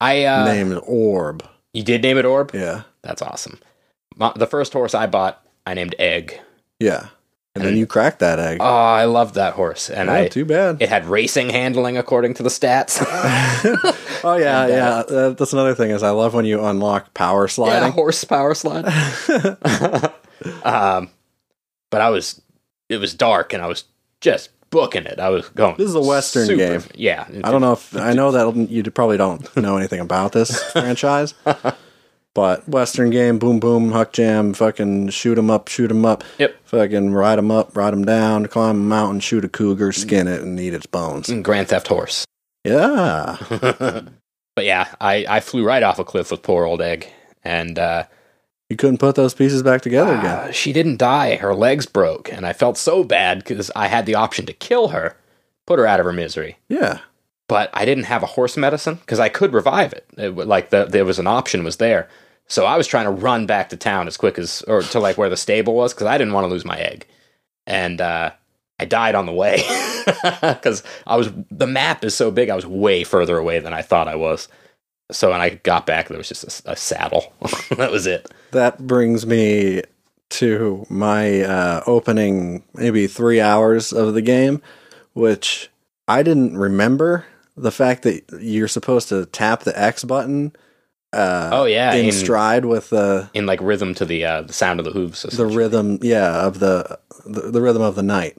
I uh, named Orb. you did name it Orb. Yeah, That's awesome. My, the first horse I bought, I named Egg. yeah. And, then you cracked that egg. Oh, I loved that horse, and Yeah, I too bad. it had racing handling according to the <laughs> stats. <laughs> Oh yeah, yeah. Uh, that's another thing is I love when you unlock power yeah, <laughs> sliding. <laughs> horse power slide. um, but I was, it was dark, and I was just booking it. I was going. This is a Western game. Yeah, I don't know if I know that you probably don't know anything about this franchise, but Western game, boom boom, huck jam, fucking shoot 'em up, shoot 'em up, Yep. fucking ride 'em up, ride 'em down, climb a mountain, shoot a cougar, skin it, and eat its bones. Grand Theft Horse. <laughs> Yeah, But yeah, I I flew right off a cliff with poor old egg, and uh, you couldn't put those pieces back together again. uh, she didn't die. Her legs broke, and I felt so bad because I had the option to kill her, put her out of her misery. Yeah, but I didn't have a horse medicine because I could revive it. It wa- like the, there was an option was there, so I was trying to run back to town as quick as or to like where the stable was because I didn't want to lose my egg, and uh, I died on the way <laughs> because I was the map is so big I was way further away than I thought I was. So when I got back, there was just a s- a, saddle. <laughs> that was it. that brings me to my uh, opening maybe three hours of the game, which I didn't remember the fact that you're supposed to tap the X button uh, Oh yeah, in in, stride with the in like rhythm to the uh, the sound of the hooves. the rhythm, yeah, of the, the the rhythm of the night.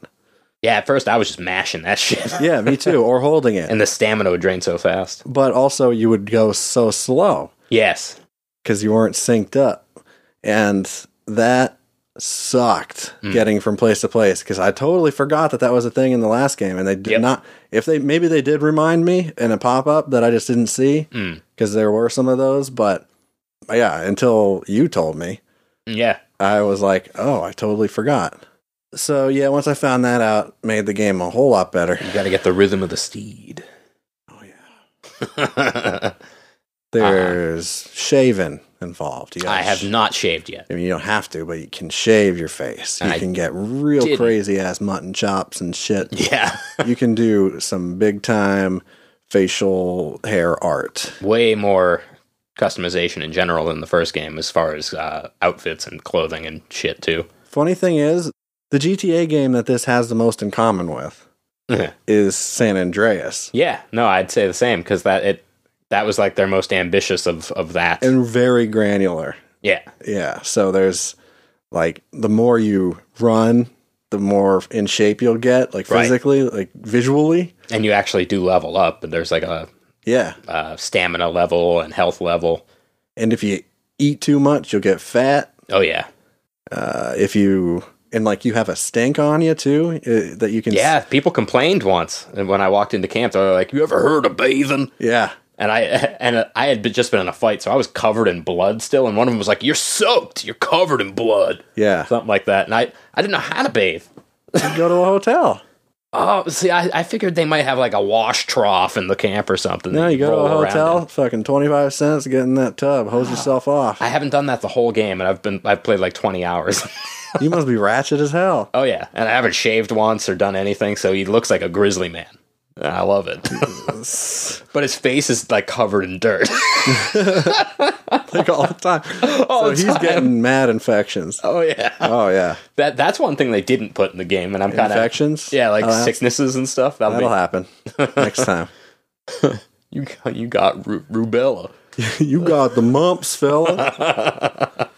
yeah, at first I was just mashing that <laughs> shit, Yeah, me too. or holding it, and the stamina would drain so fast. but also you would go so slow. Yes, because you weren't synced up. And that sucked Mm. getting from place to place because I totally forgot that that was a thing in the last game. And they did Yep. not, if they maybe they did remind me in a pop up that I just didn't see Mm. because there were some of those. But yeah, until you told me, yeah. I was like, oh, I totally forgot. So yeah, once I found that out, made the game a whole lot better. You got to get the rhythm of the <laughs> steed. Oh yeah, yeah, there's shaving involved. You gotta Uh-huh. I have sh- not shaved yet. I mean, you don't have to, but you can shave your face. You I can get real didn't. crazy ass mutton chops and shit. Yeah. you can do some big time facial hair art. <laughs> Way more customization in general than the first game as far as uh, outfits and clothing and shit, too. Funny thing is, the GTA game that this has the most in common with is San Andreas. yeah. No, I'd say the same because that, it, that was like their most ambitious of, of that. And very granular. yeah. Yeah. So there's like the more you run, the more in shape you'll get, like Right. physically, like visually. And you actually do level up, but there's like a, Yeah. a stamina level and health level. And if you eat too much, you'll get fat. Oh, yeah. Uh, if you and like you have a stink on you too uh, that you can s- Yeah, people complained once when I walked into camp. They were like, "You ever heard of bathing?" yeah And I and I had been- just been in a fight, so I was covered in blood still. And one of them was like, "You're soaked. You're covered in blood," yeah something like that. And I I didn't know how to bathe. go to a hotel Oh, see, I, I figured they might have like a wash trough in the camp or something. now that you go to roll a around hotel in. fucking 25 cents get in that tub hose yourself off <laughs> I haven't done that the whole game, and I've been I've played like twenty hours. <laughs> you must be ratchet as hell <laughs> oh yeah, and I haven't shaved once or done anything, so he looks like a grizzly man. And I love it, <laughs> but his face is like covered in dirt. <laughs> like all the time so the he's time. getting mad infections oh yeah. <laughs> oh yeah That that's one thing they didn't put in the game, and I'm kind of infections yeah, like Oh, that- sicknesses and stuff. That'll, that'll be, <laughs> happen next time <laughs> you got- you got ru- rubella. <laughs> you got the mumps fella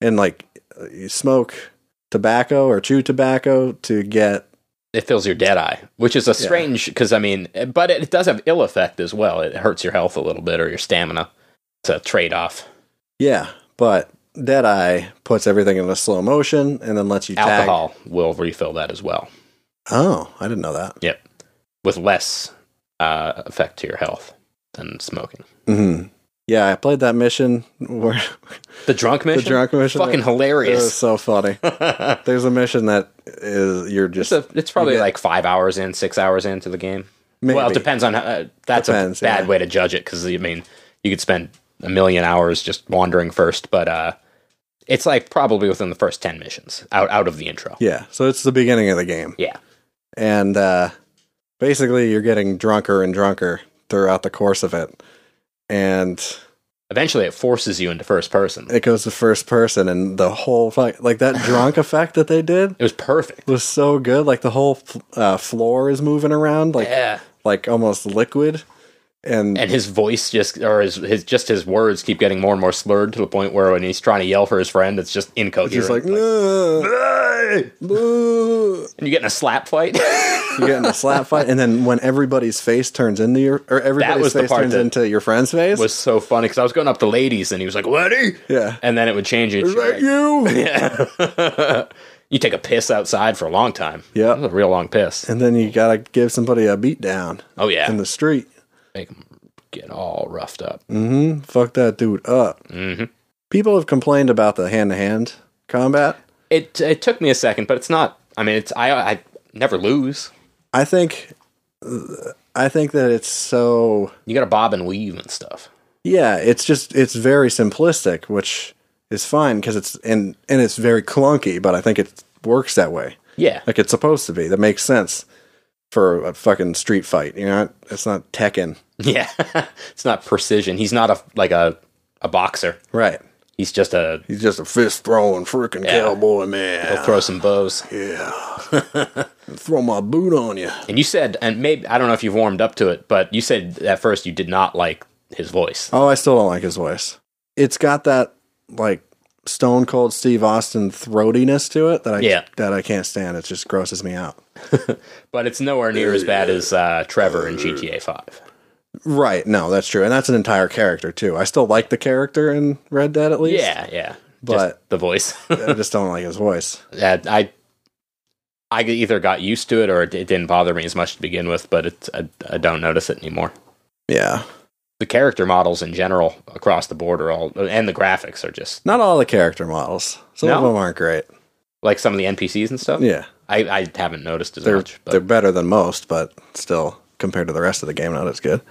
and like you smoke tobacco or chew tobacco to get It fills your dead eye, which is a strange because I mean, but it, does have ill effect as well. It hurts your health a little bit or your stamina. It's a trade off. Yeah, but Deadeye puts everything in a slow motion and then lets you tag. Alcohol will refill that as well. Oh, I didn't know that. Yep, with less uh, effect to your health than smoking. hmm Yeah, I played that mission <laughs> where The drunk the mission, drunk mission. fucking it was hilarious. <laughs> so funny. it's, There's a mission that is you're just a, it's probably Yeah. like five hours in, six hours into the game. maybe. Well, it depends on how, uh, that's Depends, a bad yeah. way to judge it because I mean you could spend a million hours just wandering first, but uh, it's like probably within the first ten missions out out of the intro. Yeah, so it's the beginning of the game, Yeah, and uh, basically you're getting drunker and drunker throughout the course of it, and eventually it forces you into first person. it goes to first person, and the whole fuck like that <laughs> drunk effect that they did It was perfect. was so good. Like the whole uh, floor is moving around, like Yeah, like almost liquid and, and his voice just or his his just his words keep getting more and more slurred to the point where when he's trying to yell for his friend, it's just incoherent. just like, Like, "Ugh, "Hey!" ugh." and you get in a slap fight. <laughs> you get in a slap fight and then when everybody's face turns into your or everybody's was the face part turns that into your friend's face was so funny because I was going up to ladies and he was like, "Lady," yeah and then it would change. and is she'd be that like, you Yeah. <laughs> you take a piss outside for a long time. That yeah was a real long piss. and then you gotta give somebody a beat down Oh yeah. in the street Make 'em get all roughed up. mm-hmm fuck that dude up Mhm. people have complained about the hand-to-hand combat It it took me a second, but it's not. I mean, it's I I never lose. i think i think that it's so You got to bob and weave and stuff. Yeah, it's just it's very simplistic, which is fine because it's and and it's very clunky, but I think it works that way, Yeah. <laughs> like it's supposed to be. That makes sense for a fucking street fight. You know, it's not Tekken, Yeah. it's not precision. He's not a like a a boxer. right? He's just a He's just a fist throwing freaking cowboy man. throw some bows. <sighs> yeah, throw my boot on you. And you said and maybe I don't know if you've warmed up to it, but you said at first you did not like his voice. Oh, I still don't like his voice. It's got that like Stone Cold Steve Austin throatiness to it that I Yeah. that I can't stand. It just grosses me out. But it's nowhere near as bad as uh, Trevor in GTA 5. Right. No, that's true. And that's an entire character too. I still like the character in Red Dead at least. Yeah, yeah. But- just the voice. <laughs> I just don't like his voice. Yeah, I I either got used to it or it, it didn't bother me as much to begin with, but it's, I, I don't notice it anymore. Yeah. The character models in general across the board are all, and the graphics are just Not all the character models. Some of No. them aren't great. like some of the NPCs and stuff. Yeah. I, I haven't noticed as They're much, they're but, better than most, but still compared to the rest of the game not as good.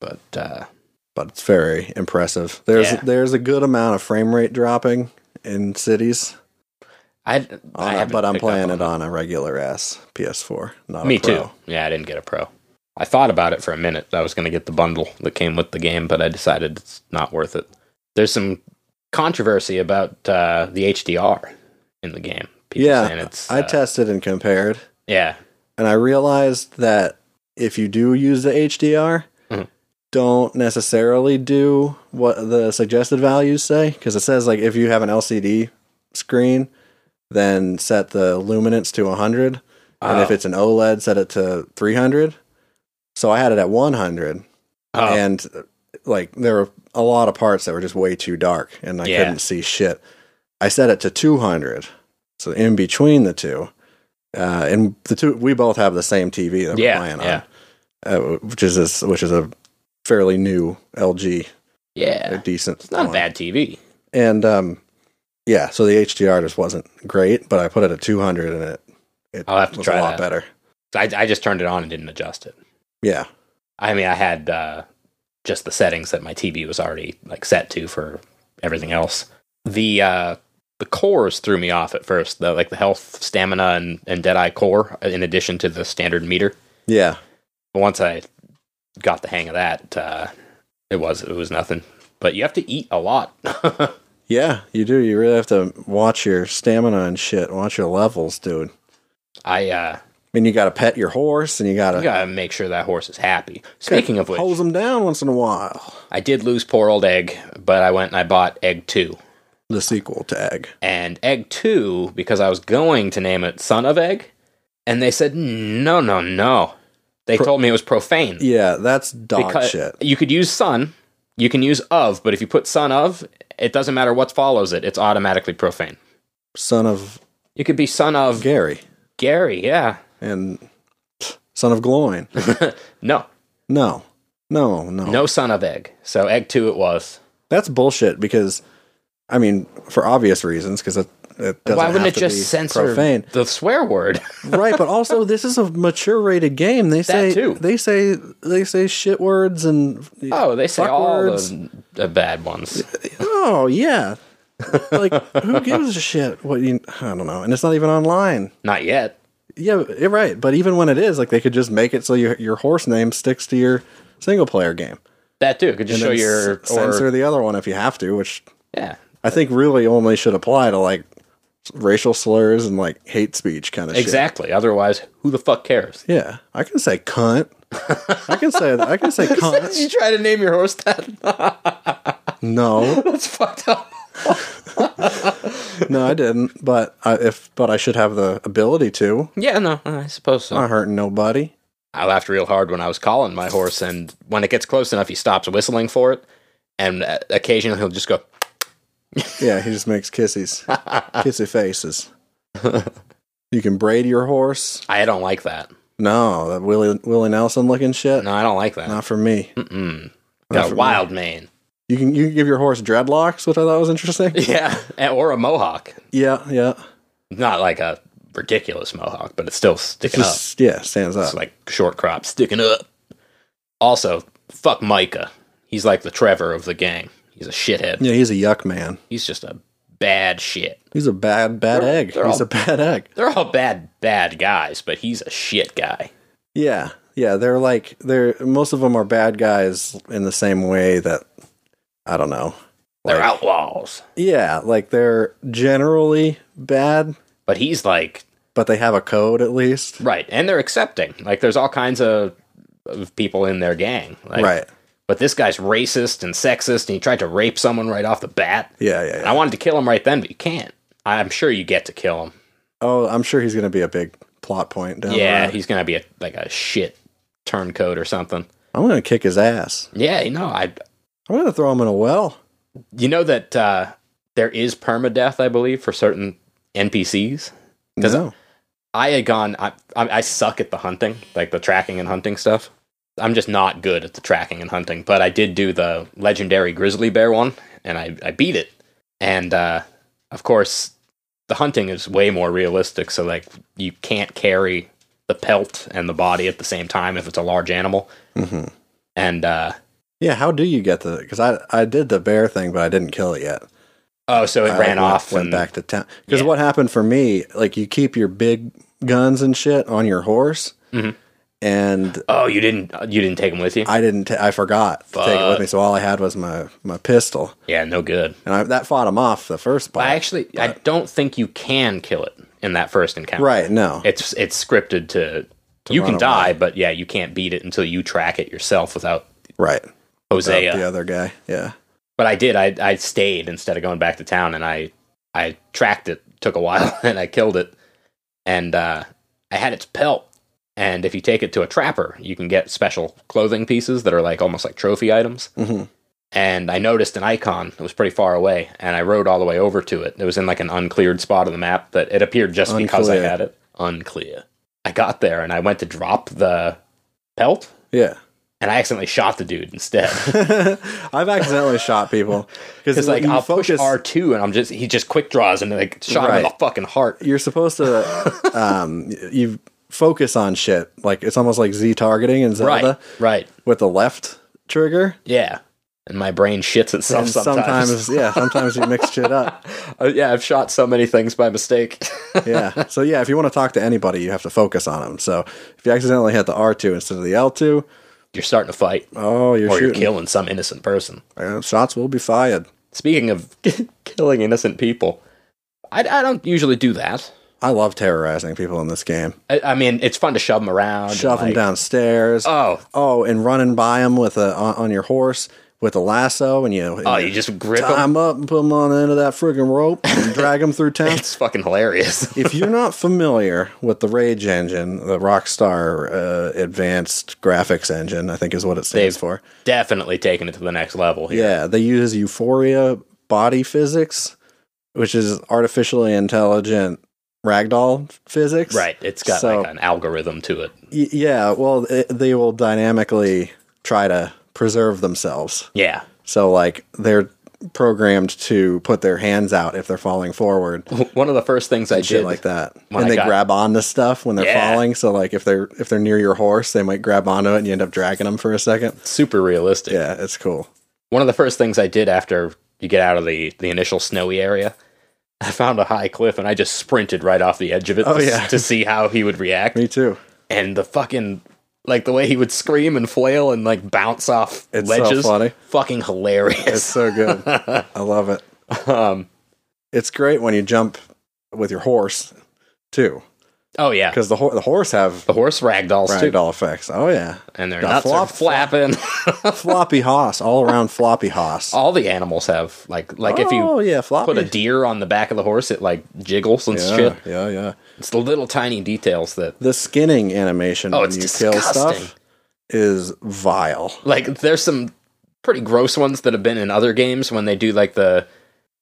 but uh, but it's very impressive. There's Yeah. there's a good amount of frame rate dropping in cities, I, on I it, haven't but I'm picked up playing on it on a regular ass PS4, not Me a Pro. too. Yeah, I didn't get a pro. I thought about it for a minute. I was going to get the bundle that came with the game, but I decided it's not worth it. There's some controversy about uh, the HDR in the game. Yeah, saying it's I uh, tested and compared, yeah, and I realized that if you do use the HDR, Mhm. don't necessarily do what the suggested values say because it says like if you have an LCD screen, then set the luminance to 100, and if Oh. it's an OLED, set it to 300. So I had it at 100, Oh, and like there were a lot of parts that were just way too dark, and I Yeah. couldn't see shit. I set it to 200, so in between the two, uh, and the two we both have the same TV that Yeah, we're playing yeah. on, uh, which is this, which is a fairly new LG, yeah, a decent, it's not a one. bad TV. and um, yeah, so the HDR just wasn't great, but I put it at 200, and it it I'll have to was try a lot that. better. So I, I just turned it on and didn't adjust it. Yeah, I mean, I had uh, just the settings that my TV was already like set to for everything else. The uh, the cores threw me off at first, the, like the health, stamina, and, and Deadeye core, uh, in addition to the standard meter. yeah, But once I got the hang of that, uh, it was it was nothing. But you have to eat a lot. <laughs> yeah. You do. You really have to watch your stamina and shit. Watch your levels, dude. I uh, I mean, you got to pet your horse, and you got you to gotta make sure that horse is happy. Speaking of which, hose them down once in a while. I did lose poor old egg, but I went and I bought egg two. The sequel tag. and Egg 2 because I was going to name it Son of Egg. And they said, no, no, no. They told me it was profane. Yeah, that's dog Because shit. You could use son, you can use of, but if you put son of, it doesn't matter what follows it, it's automatically profane. Son of You could be son of Gary Gary, yeah. and son of Gloin. <laughs> No, No, no, no. no son of egg. So egg 2 it was. That's bullshit because, I mean, for obvious reasons, because it, it doesn't Why wouldn't have it to be just censor profane. the swear word? right, but also this is a mature rated game. <laughs> They say too. they say they say shit words and oh, they say fuck all words. the, the bad ones. Oh yeah. like who gives a shit what you I don't know. And it's not even online. Not yet. Yeah, you're right. But even when it is, like they could just make it so your your horse name sticks to your single player game. That too. Could just show Then your s- or, censor the other one if you have to, which Yeah. I think really only should apply to like racial slurs and like hate speech kind of Exactly. Otherwise, who the fuck <laughs> cares? shit. Yeah. I can say cunt. I can say I can say cunt. you try to name your horse that? No. That's fucked up. No, I didn't. But I if but I should have the ability to. Yeah, no, I suppose so. Not hurting nobody. I laughed real hard when I was calling my horse, and when it gets close enough, he stops whistling for it, and uh, occasionally he'll just go, Yeah, he just makes kisses, kissy faces. you can braid your horse. "I don't like that. No, that Willie Willie Nelson looking shit. No, I don't like that." Not for me. Mm-mm. Not Got for a me. wild mane. You can you can give your horse dreadlocks, which I thought <laughs> was interesting. Yeah, and- or a mohawk. yeah, yeah. Not like a ridiculous mohawk, but it's still It's sticking up. just yeah, stands up. It's like short crop sticking up. Also, fuck Micah. He's like the Trevor of the gang. He's a shithead. yeah, he's a yuck man. He's just a bad shit. He's a bad bad They're- egg. they're he's all- a bad egg. They're all bad, bad guys, but he's a shit guy. Yeah, yeah. They're like they're most of them are bad guys in the same way that I don't know. They're outlaws. Yeah, like they're generally bad, But he's like, but they have a code at least. right. And they're accepting. Like, there's all kinds of, of people in their gang. Like, right. But this guy's racist and sexist, and he tried to rape someone right off the bat. Yeah, yeah, yeah. And I wanted to kill him right then, but you can't. I'm sure you get to kill him. Oh, I'm sure he's going to be a big plot point down yeah, the road. he's going to be a, like a shit turncoat or something. I'm going to kick his ass. Yeah, you know, I, I'm going to throw him in a well. you know that uh, there is permadeath, I believe, for certain NPCs. Does no. I had gone. I, I I suck at the hunting, like the tracking and hunting stuff. I'm just not good at the tracking and hunting. But I did do the legendary grizzly bear one, and I I beat it. And uh, of course, the hunting is way more realistic. So like, you can't carry Mm-hmm. the pelt and the body at the same time if it's a large animal. Mhm. And uh, Yeah, how do you get the? Because I I did the bear thing, but I didn't kill it yet. Oh, so it I ran went- off went and back to town. Because Yeah. what happened for me, like you keep your big guns and shit on your horse, Mhm. and Oh, you didn't you didn't take them with you? I didn't. ta- I forgot to take it with Fuck. me, so all I had was my my pistol, yeah, no good. and I, that fought him off the first part. I actually I don't think you can kill it in that first encounter. right? No, It's it's scripted to, you run can away. die, but yeah, you can't beat it until you track it yourself without right. Hosea. The other guy, yeah. But I did. I I stayed instead of going back to town, and I I tracked it. Took a while, <laughs> and I killed it. And uh, I had its pelt. And if you take it to a trapper, you can get special clothing pieces that are like almost like trophy items. hmm And I noticed an icon that was pretty far away, and I rode all the way over to it. It was in like an uncleared spot of the map that it appeared just because I Unclear. had it. Unclear. I got there and I went to drop the pelt, Yeah. and I accidentally shot the dude instead. <laughs> I've accidentally shot people because It's like I'll push R two, and I'm just he just quick draws and like shot him in Right. the fucking heart. you're supposed to um, you focus on shit like it's almost like Z targeting in Zelda Right, right, with the left trigger. yeah. And my brain shits itself And sometimes. sometimes, yeah, sometimes you mix <laughs> shit up. Uh, yeah, I've shot so many things by mistake. <laughs> Yeah. So yeah, if you want to talk to anybody, you have to focus on them. So if you accidentally hit the R two instead of the L two, you're starting to fight, oh, you're or you're shooting. killing some innocent person. Uh, shots will be fired. Speaking of <laughs> killing innocent people, I, I don't usually do that. I love terrorizing people in this game. I, I mean, it's fun to shove them around. and, Shove them like, downstairs. Oh, oh, and running by them with a on, on your horse with a lasso, and you oh, you just grip tie them. them up and put them on the end of that friggin' rope and drag them through town. It's fucking hilarious. <laughs> if you're not familiar with the Rage engine, the Rockstar uh, Advanced Graphics Engine, I think is what it stands They've- for. Definitely taking it to the next level here. Yeah, they use Euphoria body physics, which is artificially intelligent ragdoll physics. Right, it's got So- like an algorithm to it. Y- yeah, well, it, they will dynamically try to preserve themselves. Yeah, <laughs> So, like, they're programmed to put their hands out if they're falling forward. one of the first things I shit did like that. when And I they got- grab onto stuff when they're Yeah. falling. So like if they're if they're near your horse, they might grab onto it and you end up dragging them for a second. super realistic. Yeah, it's cool. One of the first things I did after you get out of the the initial snowy area, <laughs> I found a high cliff and I just sprinted right off the edge of it Oh, to, yeah. to see how he would react. <laughs> Me too. And the fucking like the way he would scream and flail and like bounce off It's so ledges, funny. fucking It's hilarious. <laughs> so good. I love it. um, It's great when you jump with your horse too, oh yeah, because the ho- the horse have the horse ragdolls too, ragdoll effects. Oh yeah, and they're The nuts are flop- flapping. <laughs> floppy hoss all around floppy hoss. All the animals have like <laughs> like if you oh yeah, floppy. put a deer on the back of the horse, it like jiggles and yeah, shit. yeah, yeah. It's the little tiny details that The skinning animation Oh, when it's you kill disgusting. stuff is vile. like there's some pretty gross ones that have been in other games when they do like the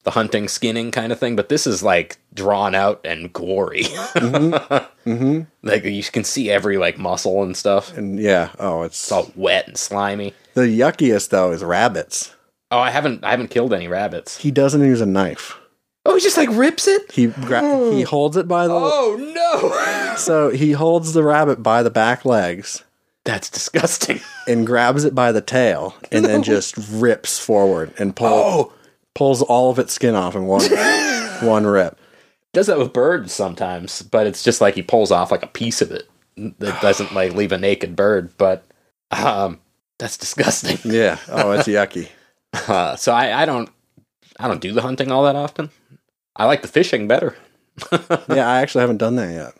the hunting skinning kind of thing but this is like drawn out and gory <laughs> hmm like you can see every like muscle and stuff it's And yeah, oh, it's all wet and slimy The yuckiest though is rabbits. oh i haven't i haven't killed any rabbits He doesn't use a knife. oh he just like rips it He gra- he holds it by the oh no <laughs> so he holds the rabbit by the back legs that's disgusting and grabs it by the tail and then just rips forward and pull, oh pulls all of its skin off in one one rip. does that with birds sometimes but it's just like he pulls off like a piece of it <sighs> that doesn't like leave a naked bird but um that's disgusting <laughs> Yeah. Oh, it's yucky. Uh, so I, I don't I don't do the hunting all that often. I like the fishing better. Yeah, I actually haven't done that yet.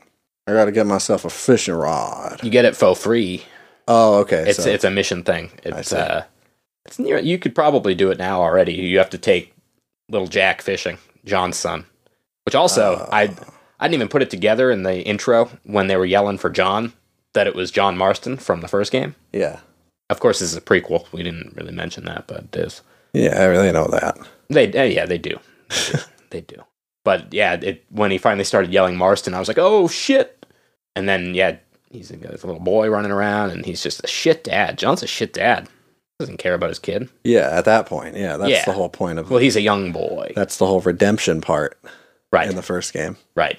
I got to get myself a fishing rod. You get it for free. Oh, okay. It's so it's a mission thing. It's see. uh it's near you could probably do it now already. You have to take little Jack fishing, John's son. Which also I I didn't even put it together in the intro when they were yelling for John that it was John Marston from the first game. yeah. Of course this is a prequel. We didn't really mention that, but it is. Yeah, I really know that. They eh, yeah, they do. They <laughs> do. they do. But yeah, it, when he finally started yelling Marston, I was like, "Oh shit!" And then yeah, he's got this little boy running around, and he's just a shit dad. John's a shit dad. Doesn't care about his kid. Yeah, at that point. Yeah, that's Yeah. the whole point of Well, he's a young boy, that's the whole redemption part right? in the first game. right.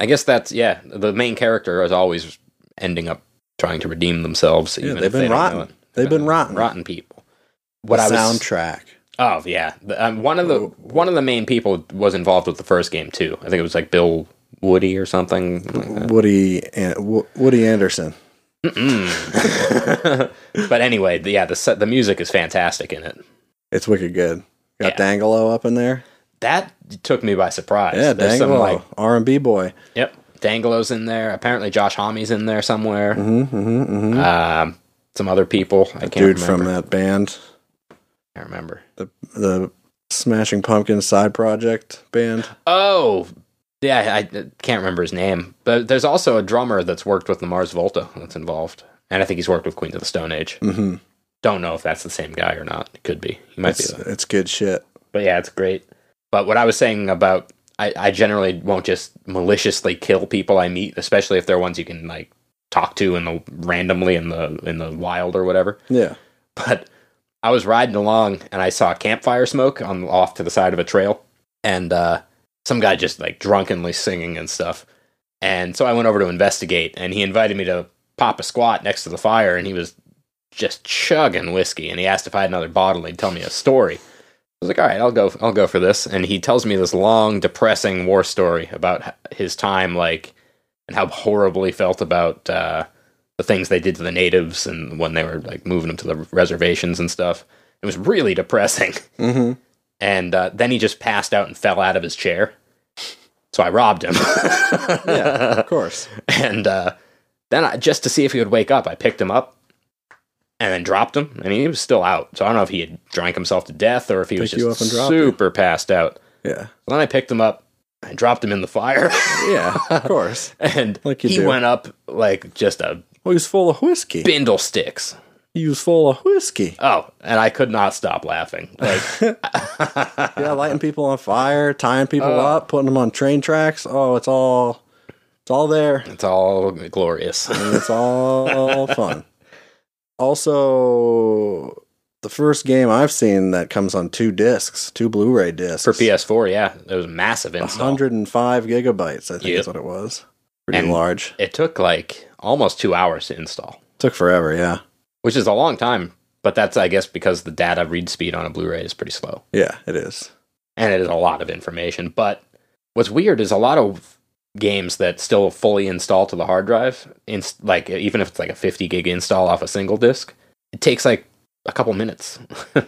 I guess that's yeah. The main character is always ending up trying to redeem themselves. Yeah, even they've if they been don't know rotten. it. They've been rotten. rotten people. what I was soundtrack. Oh yeah, The- um, one of the Oh. one of the main people was involved with the first game too. I think it was like Bill Woody or something. like <laughs> that. Woody and Wo- Woody Anderson. but anyway, the, yeah, the set, the music is fantastic in it. It's wicked good. Got Yeah. Dangelo up in there. That took me by surprise. Yeah, There's some Dangelo, like R and B boy. yep, Danglo's in there. Apparently, Josh Homme's in there somewhere. Mm-hmm, mm-hmm. Um, some other people I can't Dude remember. from uh, that band, can't remember. the the Smashing Pumpkins side project band. Oh, yeah, I, I can't remember his name. But there's also a drummer that's worked with the Mars Volta that's involved, and I think he's worked with Queens of the Stone Age. Mm-hmm. Don't know if that's the same guy or not. It could be. He might It's, be. Though. it's good shit. But yeah, it's great. But what I was saying about I, I generally won't just maliciously kill people I meet, especially if they're ones you can like talk to in the randomly in the in the wild or whatever. Yeah. But I was riding along and I saw campfire smoke on off to the side of a trail, and uh, some guy just like drunkenly singing and stuff. And so I went over to investigate, and he invited me to pop a squat next to the fire, and he was just chugging whiskey. And he asked if I had another bottle. and He'd tell me a story. I was like, "All right, I'll go. I'll go for this." And he tells me this long, depressing war story about h- his time, like, and how horribly felt about uh, the things they did to the natives and when they were like moving them to the reservations and stuff. It was really depressing. <laughs> Mm-hmm. And uh, then he just passed out and fell out of his chair. So I robbed him. <laughs> Yeah. of course. <laughs> and uh, then I, just to see if he would wake up, I picked him up and then dropped him. I mean, he was still out. So I don't know if he had drank himself to death or if he was Picked you just up and dropped you. super passed out. Yeah. So then I picked him up and dropped him in the fire. <laughs> Yeah. Of course. and Like you he do. went up like just a <laughs> Well, he was full of whiskey. bindle sticks. He was full of whiskey. Oh, and I could not stop laughing. Like, Yeah, lighting people on fire, tying people Oh. up, putting them on train tracks. Oh, it's all, it's all there. <laughs> it's all glorious. And <laughs> it's all fun. Also, the first game I've seen that comes on two discs, two Blu-ray discs For PS4, yeah, it was a massive install. 105 gigabytes. I think Yep. is what it was. Pretty And- large. It took like almost two hours to install, Took forever. Yeah, which is a long time. But that's, I guess, because the data read speed on a Blu-ray is pretty slow, yeah, it is. and it is a lot of information. But what's weird is a lot of games that still fully install to the hard drive, inst- like even if it's like a 50 gig install off a single disc, it takes like a couple minutes. <laughs> I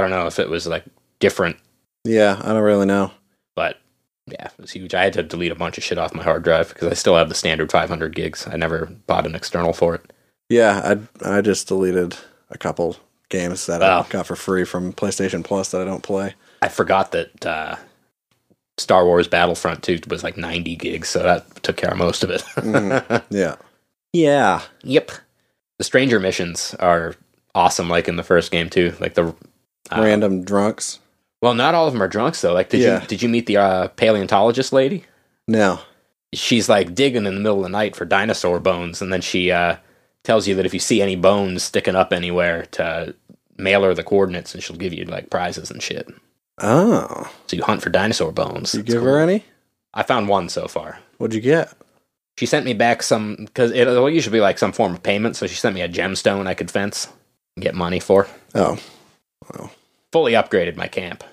don't know if it was like different Yeah, I don't really know. but yeah, it was huge. I had to delete a bunch of shit off my hard drive because I still have the standard 500 gigs. I never bought an external for it. Yeah, I I just deleted a couple games that Wow. I got for free from PlayStation Plus that I don't play. I forgot that uh, Star Wars Battlefront 2 was like 90 gigs, so that took care of most of it. Mhm. Yeah, yeah, <laughs> yep. The Stranger missions are awesome, like in the first game too. Like the uh, random drunks. Well, not all of them are drunks though. Like, did Yeah. you did you meet the uh, paleontologist lady? No, she's like digging in the middle of the night for dinosaur bones, and then she uh, tells you that if you see any bones sticking up anywhere, to mail her the coordinates, and she'll give you like prizes and shit. oh, So you hunt for dinosaur bones. did you It's give cool. her any? I found one so far. What'd you get? She sent me back some because it'll usually be like some form of payment. So she sent me a gemstone I could fence, and get money for. Oh, Fully upgraded my camp.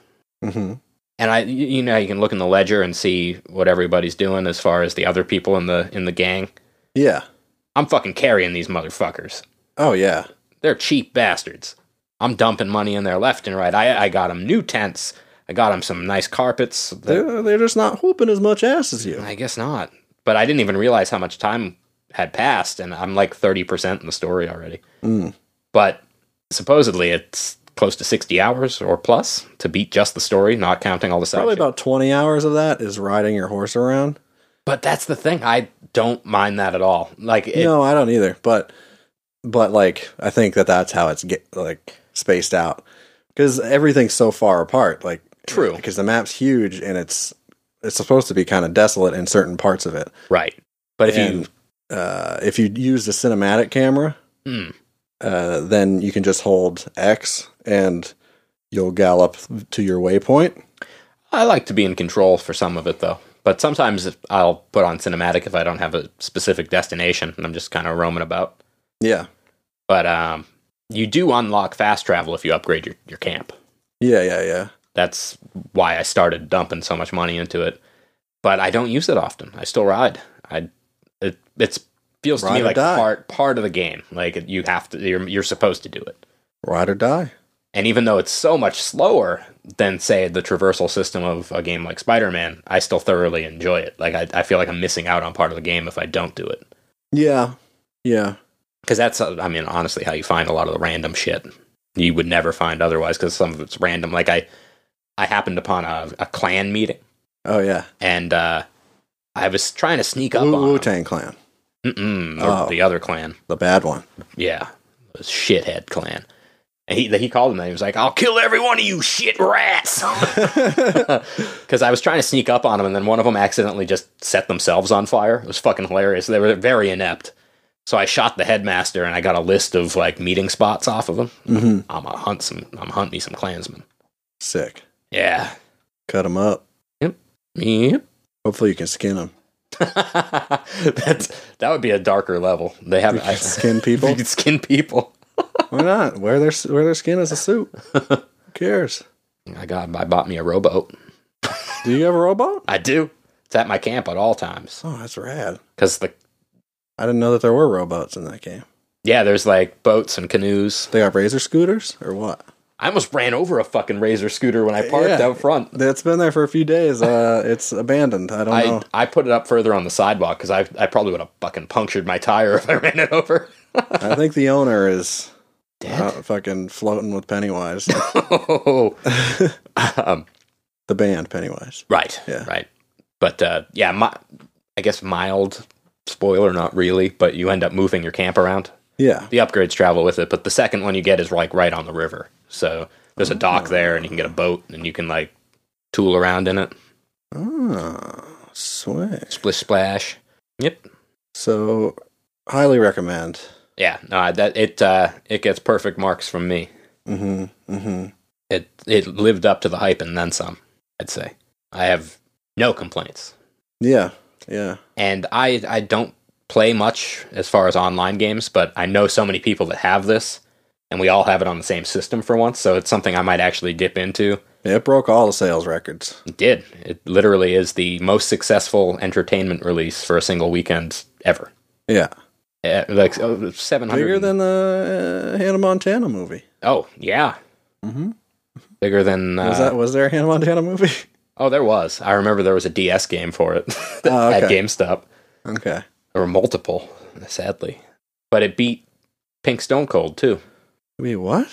hmm and I, you you know, you can look in the ledger and see what everybody's doing as far as the other people in the in the gang. yeah. I'm fucking carrying these motherfuckers. Oh yeah. They're cheap bastards. I'm dumping money in there left and right. I, I got them new tents. I got them some nice carpets. that- They're, they're just not whooping as much ass as you. I guess not. But I didn't even realize how much time had passed, and I'm like 30% in the story already. Mm. But supposedly it's close to 60 hours or plus to beat just the story, not counting all the side Probably shit. about 20 hours of that is riding your horse around. But that's the thing. I don't mind that at all. Like, it, no, I don't either. But, but like, I think that that's how it's get, like spaced out because everything's so far apart. Like, True. Because the map's huge and it's it's supposed to be kind of desolate in certain parts of it. right. But if and you, uh, if you use the cinematic camera, Mm. uh, then you can just hold X and you'll gallop to your waypoint. I like to be in control for some of it though. But sometimes if- I'll put on cinematic if I don't have a specific destination and I'm just kind of roaming about. Yeah, But um, you do unlock fast travel if you upgrade your, your camp. Yeah, yeah, yeah. That's why I started dumping so much money into it. But I don't use it often. I still ride. I it it's feels to Ride me or like die. part part of the game. Like you have to you're you're supposed to do it. Ride or die. And even though it's so much slower than say the traversal system of a game like Spider-Man, I still thoroughly enjoy it. Like I, I feel like I'm missing out on part of the game if I don't do it. Yeah, yeah, because that's uh, i mean honestly how you find a lot of the random shit you would never find otherwise because some of it's random like i i happened upon a, a clan meeting oh yeah. and uh i was trying to sneak up Wu on them. Tang Clan, Mm-mm, Oh. or the other clan the bad one. yeah the shithead clan and he he called him that he was like i'll kill every one of you shit rats <laughs> because i was trying to sneak up on him and then one of them accidentally just set themselves on fire it was fucking hilarious they were very inept so i shot the headmaster and i got a list of like meeting spots off of them hmm I'm a hunt some. I'm hunt me some clansmen. Sick. Yeah. Cut them up. Yep. <laughs> Hopefully you can skin them. That's that would be a darker level. They have I, <laughs> Skin people. you could skin people. Why not? Wear their wear their skin as a suit. <laughs> Who cares? My God, I bought me a rowboat. Do you have a robot? I do. It's at my camp at all times Oh, that's rad. because the I didn't know that there were robots in that game. yeah, there's like boats and canoes. They got razor scooters or what? I almost ran over a fucking razor scooter when I parked Yeah. out front. It's been there for a few days. Uh, it's abandoned. I don't I, know. I put it up further on the sidewalk because I I probably would have fucking punctured my tire <laughs> if I ran it <laughs> over. I think the owner is Dead. out fucking floating with Pennywise, um, <laughs> the band Pennywise. Right. Yeah. Right. But uh, yeah, my, I guess mild spoiler, not really, but you end up moving your camp around. Yeah, The upgrades travel with it, but the second one you get is like right on the river. So there's a dock there, and you can get a boat, and you can like tool around in it, Oh, sweet. splish splash. Yep. So, highly recommend. Yeah. No, that it uh, it gets perfect marks from me. hmm hmm It it lived up to the hype and then some. I'd say I have no complaints. Yeah, yeah. and I I don't play much as far as online games, but I know so many people that have this, and we all have it on the same system for once, so it's something I might actually dip into. It broke all the sales records. It did. It literally is the most successful entertainment release for a single weekend ever. Yeah, Eh, like oh, 700 bigger and- than the uh, Hannah Montana movie. Oh, yeah. Mm-hmm. Mhm. Bigger than uh, Was that was there a Hannah <laughs> Montana movie? Oh, there was. I remember there was a DS game for it <laughs> Oh, at okay. GameStop. okay. There were multiple, sadly. But it beat Pink Stone Cold too. Wait, what?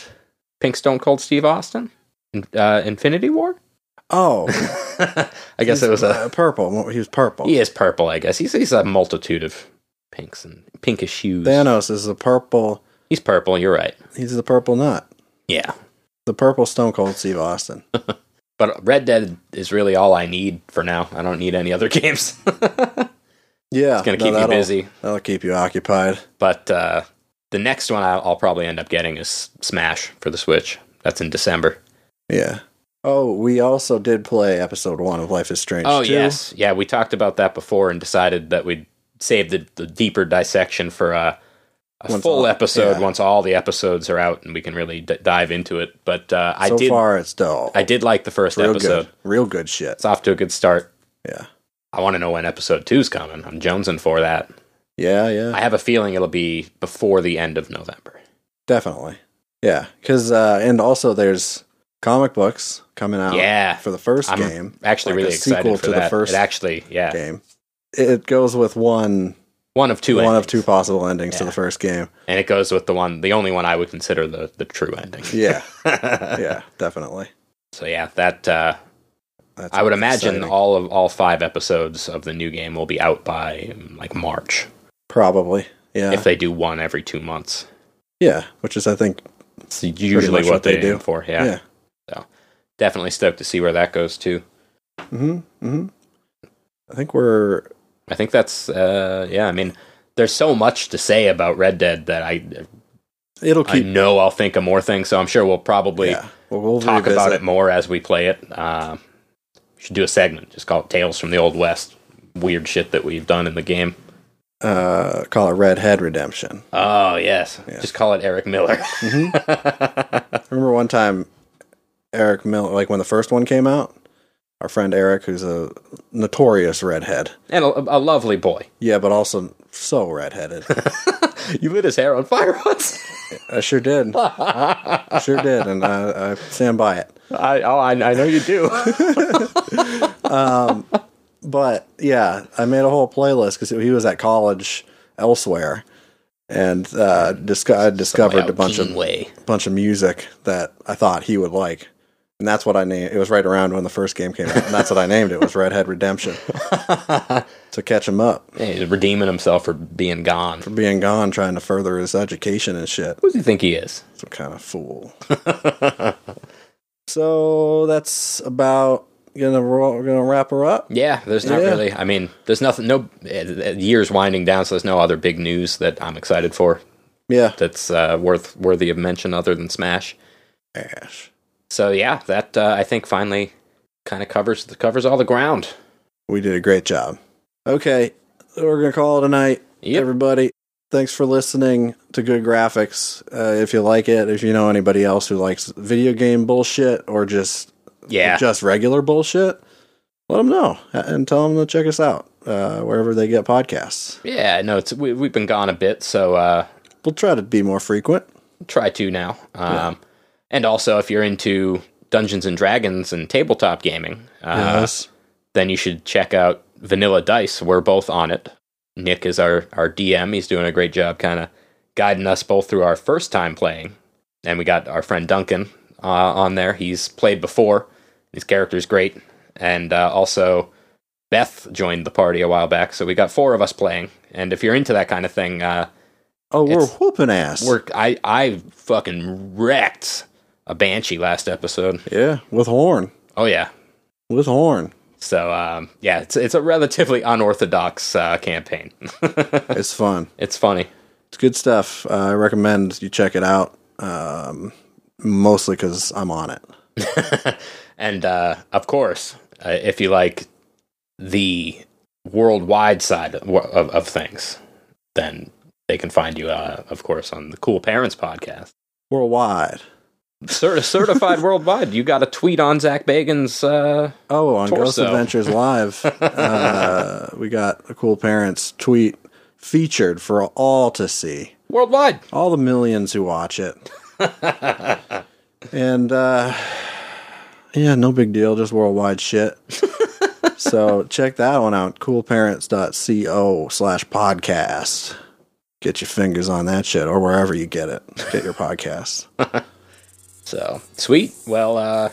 Pink Stone Cold Steve Austin, in- uh, Infinity War. <laughs> Oh, I guess he's, it was a. uh, purple. He was purple. He is purple. I guess he's he's a multitude of pinks and pinkish hues. Thanos is the purple. He's purple. You're right. He's the purple nut. Yeah, The purple Stone Cold Steve Austin. but Red Dead is really all I need for now. I don't need any other <laughs> games. Yeah, it's gonna no, keep me that'll- busy. That'll keep you occupied. But uh, the next one I'll, I'll probably end up getting is Smash for the Switch. That's in December. Yeah. Oh, we also did play episode one of Life is Strange. Oh 2. yes, yeah. We talked about that before and decided that we'd save the, the deeper dissection for uh, a Once full all- episode yeah. once all the episodes are out and we can really d- dive into it. But uh, I So did, far, it's dull. I did like the first Real episode. good. Real good shit. It's off to a good start. Yeah. I want to know when episode two's coming. I'm jonesing for that. Yeah, yeah. I have a feeling it'll be before the end of November. Definitely. Yeah. Because, uh, and also there's comic books coming out Yeah. for the 1st I'm game. Actually, Oh. Like really a sequel excited for to the that. first it actually, yeah, game. It goes with one, one of two, one of endings. two possible endings to Yeah. the first game. and it goes with the one, the only one I would consider the the true ending. <laughs> Yeah. Yeah. yeah, definitely. so yeah, that uh, That's I would imagine exciting. all of all five episodes of the new game will be out by um, like March Probably. Yeah. if they do one every two months. yeah. Which is, I think, It's usually much what, they, do for. Yeah. yeah. definitely stoked to see where that goes too. Mm hmm. Mm hmm. I think we're I think that's uh, yeah. I mean, there's so much to say about Red Dead that I It'll I keep. know I'll think of more things. So I'm sure we'll probably yeah. Well, we'll talk about it revisit. more as we play it. Uh, we should do a segment just called "Tales from the Old West." Weird shit that we've done in the game. uh, call it Red Head Redemption. Oh yes, Yeah. Mm-hmm. just call it Eric Miller. Remember one time Eric Miller, like when the first one came out, our friend Eric, who's a notorious redhead, <laughs> and a, a lovely boy. yeah, but also so redheaded. You lit his hair on fire once. I sure did, sure did, and I, I stand by it. I oh I, I know you do. <laughs> But yeah, I made a whole playlist because he was at college elsewhere, and uh, disco- I discovered a bunch of way. bunch of music that I thought he would like. And that's what I named. It was right around when the first game came out, and that's what I named it. Was Red Head Redemption to catch him up He's redeeming himself for being gone. for being gone, trying to further his education and shit. Who do you think he is? Some kind of fool. so that's about gonna ro- we're gonna wrap her up. Yeah, there's not Yeah. really. I mean, there's nothing. No eh, years winding down, so there's no other big news that I'm excited for Yeah, that's uh, worth worthy of mention other than Smash. Ash. So yeah, that uh, I think finally kind of covers covers all the ground. We did a great job. Okay, we're gonna call it a night. Yep. Everybody, thanks for listening to Good Graphics. Uh, if you like it, if you know anybody else who likes video game bullshit or just Yeah, just regular bullshit, let them know and tell them to check us out uh, wherever they get podcasts. yeah. No, it's we, we've been gone a bit, so uh, We'll try to be more frequent. try to now. Um, And also, if you're into Dungeons and Dragons and tabletop gaming, uh, then you should check out Vanilla Dice. We're both on it. Nick is our, our DM. He's doing a great job kind of guiding us both through our first time playing. And we got our friend Duncan uh, on there. He's played before. His character's great. And uh, also, Beth joined the party a while back. So we got four of us playing. And if you're into that kind of thing, uh, oh, we're it's- whooping ass. we're, I, I fucking wrecked a Banshee last episode. yeah, with horn, Oh, yeah. with horn. So um, yeah, it's it's a relatively unorthodox uh, campaign. <laughs> it's fun. it's funny. <laughs> It's good stuff. Uh, I recommend you check it out. Um, mostly because I'm on it. And uh, of course, uh, if you like the worldwide side of, of, of things, then they can find you, uh, of course, on the Cool Parents podcast. Worldwide. Cer- certified worldwide. You got a tweet on Zach Bagan's. Uh, Oh, on Torso. Ghost Adventures <laughs> Live, uh, we got a cool parents tweet featured for all to see, worldwide. all the millions who watch <laughs> it. and uh, yeah, no big deal, just worldwide shit. <laughs> so check that one out, coolparents.co slash podcast. Get your fingers on that shit or wherever you get it. Get your <laughs> podcast. So sweet. Well, uh,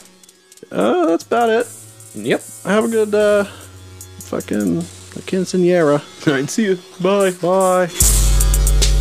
Uh, that's about it. yep. Have a good uh, fucking <laughs> quinceanera. All right. See you. Bye. Bye.